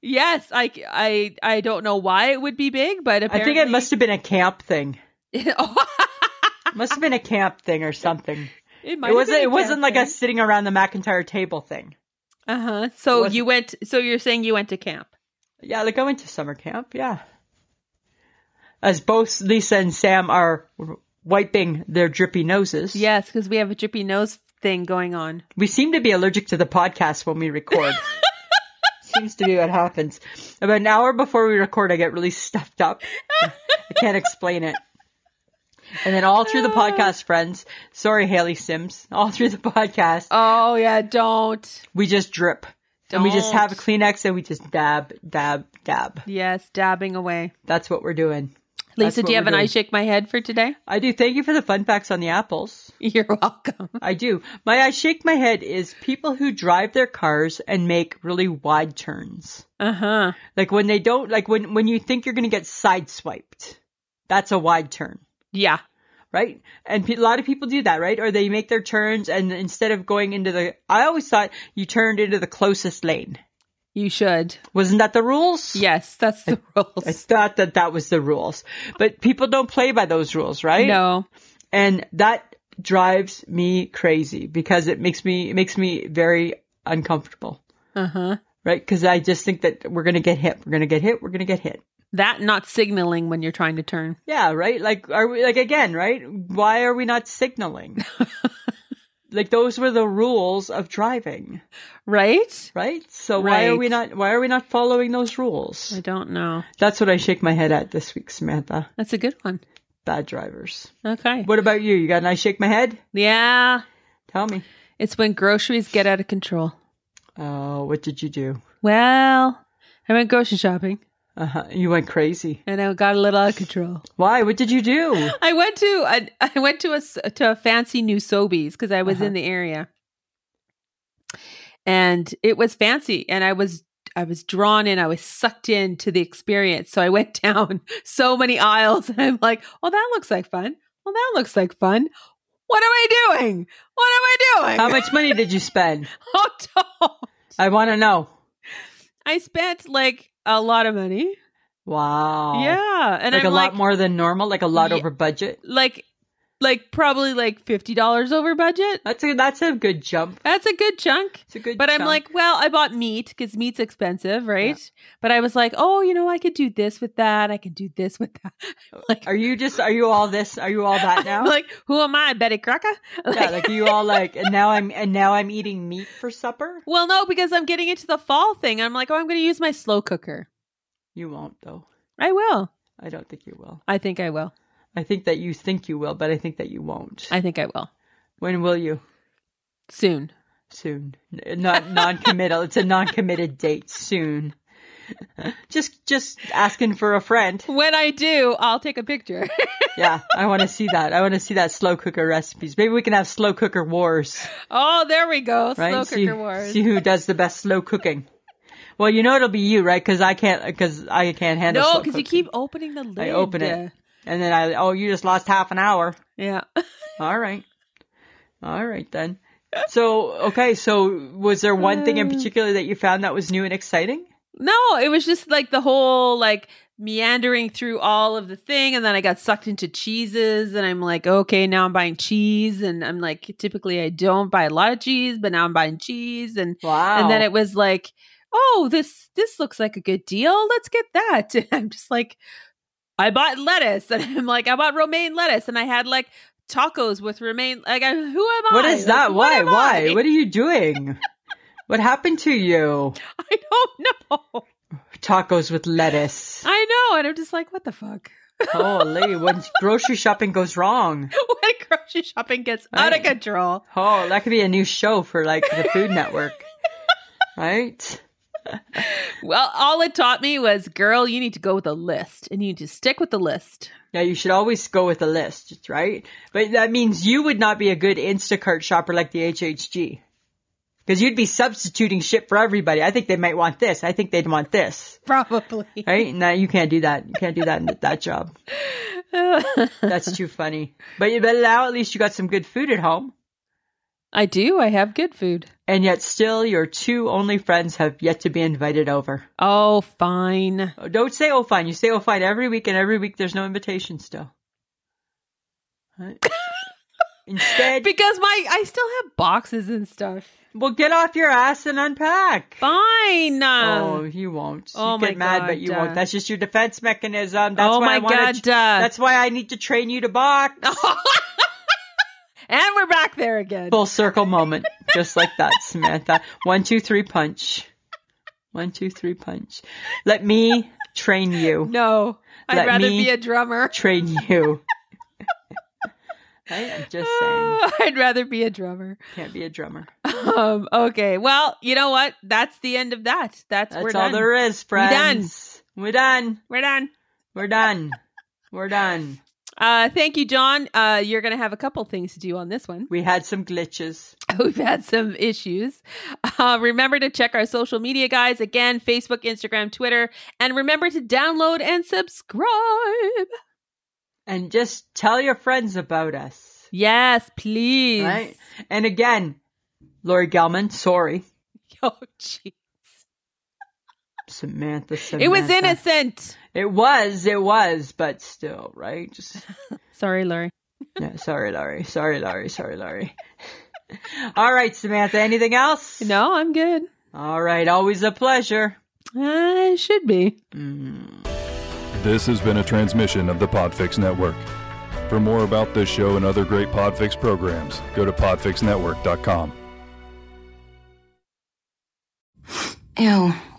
Speaker 1: Yes, I, I, I don't know why it would be big, but apparently
Speaker 2: I think it must have been a camp thing.
Speaker 1: oh,
Speaker 2: Must have been a camp thing or something.
Speaker 1: it,
Speaker 2: it wasn't, it wasn't like a sitting around the McIntyre table thing.
Speaker 1: Uh huh.
Speaker 2: it
Speaker 1: So
Speaker 2: wasn't-
Speaker 1: you went. So you're saying you went to camp?
Speaker 2: Yeah, like I went to summer camp. Yeah. As both Lisa and Sam are wiping their drippy noses.
Speaker 1: Yes, because we have a drippy nose thing going on.
Speaker 2: We seem to be allergic to the podcast when we record. Seems to be what happens. About an hour before we record, I get really stuffed up. I can't explain it. And then all through the podcast, friends, sorry, Haley Sims, all through the podcast,
Speaker 1: Oh yeah, don't.
Speaker 2: we just drip. And we just
Speaker 1: Don't.
Speaker 2: have a Kleenex and we just dab, dab, dab.
Speaker 1: Yes, dabbing away.
Speaker 2: That's what we're doing.
Speaker 1: Lisa,
Speaker 2: what
Speaker 1: do you have
Speaker 2: we're
Speaker 1: an I
Speaker 2: doing.
Speaker 1: shake my head for today?
Speaker 2: I do. Thank you for the fun facts on the apples.
Speaker 1: You're welcome.
Speaker 2: I do. My I shake my head is people who drive their cars and make really wide turns.
Speaker 1: Uh huh.
Speaker 2: Like when they don't, like when, when you think you're going to get sideswiped, that's a wide turn,
Speaker 1: Yeah.
Speaker 2: right? And pe- a lot of people do that, right? Or they make their turns and instead of going into the, I always thought you turned into the closest lane.
Speaker 1: You should.
Speaker 2: Wasn't that the rules?
Speaker 1: Yes, that's the
Speaker 2: I
Speaker 1: rules.
Speaker 2: thought that that was the rules, but people don't play by those rules, right?
Speaker 1: no.
Speaker 2: And that drives me crazy because it makes me, it makes me very uncomfortable,
Speaker 1: Uh huh.
Speaker 2: right? Cause I just think that we're going to get hit. We're going to get hit. We're going to get hit.
Speaker 1: That not signaling when you're trying to turn.
Speaker 2: Yeah, right? Like are we like again, right? Why are we not signaling? like those were the rules of driving,
Speaker 1: Right?
Speaker 2: right? So why are
Speaker 1: Right.
Speaker 2: we not why are we not following those rules?
Speaker 1: I don't know.
Speaker 2: That's what I shake my head at this week, Samantha.
Speaker 1: That's a good one.
Speaker 2: Bad drivers.
Speaker 1: Okay.
Speaker 2: What about you? You got an I shake my head?
Speaker 1: Yeah.
Speaker 2: Tell me.
Speaker 1: It's when groceries get out of control.
Speaker 2: Oh, what did you do?
Speaker 1: Well, I went grocery shopping
Speaker 2: Uh-huh. You went crazy.
Speaker 1: and I got a little out of control.
Speaker 2: Why? What did you do?
Speaker 1: I went to I, I went to a s- to a fancy new Sobeys because I was
Speaker 2: Uh-huh.
Speaker 1: in the area, and it was fancy, and I was I was drawn in, I was sucked into the experience. So I went down so many aisles, and I'm like, "Well, that looks like fun. Well, that looks like fun. What am I doing? What am I doing?
Speaker 2: How much money did you spend?
Speaker 1: Oh, don't.
Speaker 2: I want to know.
Speaker 1: I spent like a lot of money.
Speaker 2: Wow.
Speaker 1: Yeah, and
Speaker 2: like
Speaker 1: I'm
Speaker 2: a
Speaker 1: like,
Speaker 2: lot more than normal, like a lot
Speaker 1: Ye-
Speaker 2: over budget.
Speaker 1: like, like probably like fifty dollars over budget.
Speaker 2: That's a that's a good jump.
Speaker 1: That's a good chunk.
Speaker 2: It's a good
Speaker 1: But I'm
Speaker 2: chunk.
Speaker 1: like, well, I bought meat because meat's expensive, right? But I was like, oh, you know, I could do this with that. I could do this with that. Like,
Speaker 2: Are you just? Are you all this? Are you all that now?
Speaker 1: I'm like, who am I, Betty Crocker?
Speaker 2: yeah, like you all like. And now I'm and now I'm eating meat for supper.
Speaker 1: well, no, because I'm getting into the fall thing. I'm like, oh, I'm going to use my slow cooker.
Speaker 2: You won't though.
Speaker 1: I will.
Speaker 2: I don't think you will.
Speaker 1: I think I will.
Speaker 2: I think that you think you will, but I think that you won't.
Speaker 1: I think I will
Speaker 2: when will you?
Speaker 1: soon.
Speaker 2: Soon. N- Not non-committal. it's a non-committed date. Soon. just just asking for a friend.
Speaker 1: When I do, I'll take a picture.
Speaker 2: Yeah, I want to see that. I want to see that slow cooker recipes. Maybe we can have slow cooker wars.
Speaker 1: oh, there we go.
Speaker 2: right?
Speaker 1: Slow
Speaker 2: see,
Speaker 1: cooker wars.
Speaker 2: see who does the best slow cooking. Well, you know it'll be you, right? Because I can't, because I can't handle.
Speaker 1: no,
Speaker 2: slow
Speaker 1: because you
Speaker 2: cooking.
Speaker 1: keep opening the lid.
Speaker 2: I open it. and then I, oh, you just lost half an hour.
Speaker 1: Yeah.
Speaker 2: All right, all right then.
Speaker 1: Uh.
Speaker 2: So okay, so was there one thing in particular that you found that was new and exciting?
Speaker 1: No, it was just like the whole like meandering through all of the thing and then I got sucked into cheeses and I'm like, okay, now I'm buying cheese and I'm like typically I don't buy a lot of cheese, but now I'm buying cheese and
Speaker 2: Wow.
Speaker 1: and then it was like, oh, this this looks like a good deal. Let's get that. And I'm just like, I bought lettuce, and I'm like, I bought romaine lettuce, and I had like tacos with romaine. Like, I, who am I?
Speaker 2: What is that?
Speaker 1: Like, what
Speaker 2: Why?
Speaker 1: am
Speaker 2: Why?
Speaker 1: I?
Speaker 2: What are you doing? what happened to you?
Speaker 1: I don't know.
Speaker 2: Tacos with lettuce.
Speaker 1: I know, and I'm just like, what the fuck?
Speaker 2: Holy, when grocery shopping goes wrong.
Speaker 1: when grocery shopping gets out of
Speaker 2: Right.
Speaker 1: control,
Speaker 2: Oh, that could be a new show for like the Food Network. Right?
Speaker 1: well, all it taught me was, girl, you need to go with a list, and you need to stick with the list.
Speaker 2: Yeah, you should always go with a list, right? But that means you would not be a good Instacart shopper like the HHG. Because you'd be substituting shit for everybody. I think they might want this. I think they'd want this.
Speaker 1: Probably.
Speaker 2: Right? And that, you can't do that. You can't do that in that job. That's too funny. But, you- but now at least you got some good food at home.
Speaker 1: I do. I have good food.
Speaker 2: And yet still your two only friends have yet to be invited over.
Speaker 1: Oh, fine.
Speaker 2: Oh, Don't say oh fine. You say oh fine every week and every week there's no invitation still. Right? Instead,
Speaker 1: because my I still have boxes and stuff.
Speaker 2: well get off your ass and unpack.
Speaker 1: Fine.
Speaker 2: Oh,
Speaker 1: Oh,
Speaker 2: you won't.
Speaker 1: oh
Speaker 2: you get
Speaker 1: my
Speaker 2: mad,
Speaker 1: God,
Speaker 2: but you
Speaker 1: Dad.
Speaker 2: won't. That's just your defense mechanism. That's
Speaker 1: Oh
Speaker 2: why I
Speaker 1: my
Speaker 2: wanna
Speaker 1: God,
Speaker 2: tr-
Speaker 1: Dad.
Speaker 2: That's why I need to train you to box.
Speaker 1: and we're back there again.
Speaker 2: Full circle moment, just like that, Samantha. One, two, three, punch. One, two, three, punch. Let me train you.
Speaker 1: No, I'd
Speaker 2: Let
Speaker 1: rather
Speaker 2: me-
Speaker 1: be a drummer.
Speaker 2: train you. I am just saying,
Speaker 1: I'd rather be a drummer.
Speaker 2: can't be a drummer.
Speaker 1: Um, okay, well, you know what? That's the end of that. That's,
Speaker 2: That's
Speaker 1: we're
Speaker 2: all
Speaker 1: done.
Speaker 2: there is, friends. We're done.
Speaker 1: we're done.
Speaker 2: We're done. We're done.
Speaker 1: Uh, thank you, John. Uh, you're gonna have a couple things to do on this one.
Speaker 2: We had some glitches.
Speaker 1: We've had some issues. Uh, remember to check our social media, guys. Again, Facebook, Instagram, Twitter, and remember to download and subscribe.
Speaker 2: And just tell your friends about us.
Speaker 1: Yes, please.
Speaker 2: Right? And again, Lori Gelman, sorry.
Speaker 1: Oh, jeez.
Speaker 2: Samantha, Samantha.
Speaker 1: It was innocent.
Speaker 2: It was, it was, but still, right? Just
Speaker 1: Sorry, Lori.
Speaker 2: yeah, sorry, Laurie. Sorry, Laurie. Sorry, Laurie. All right, Samantha. Anything else?
Speaker 1: No, I'm good.
Speaker 2: All right. Always a pleasure.
Speaker 1: I should be.
Speaker 3: This has been a transmission of the Podfix Network. For more about this show and other great Podfix programs, go to podfixnetwork.com.
Speaker 4: Ew,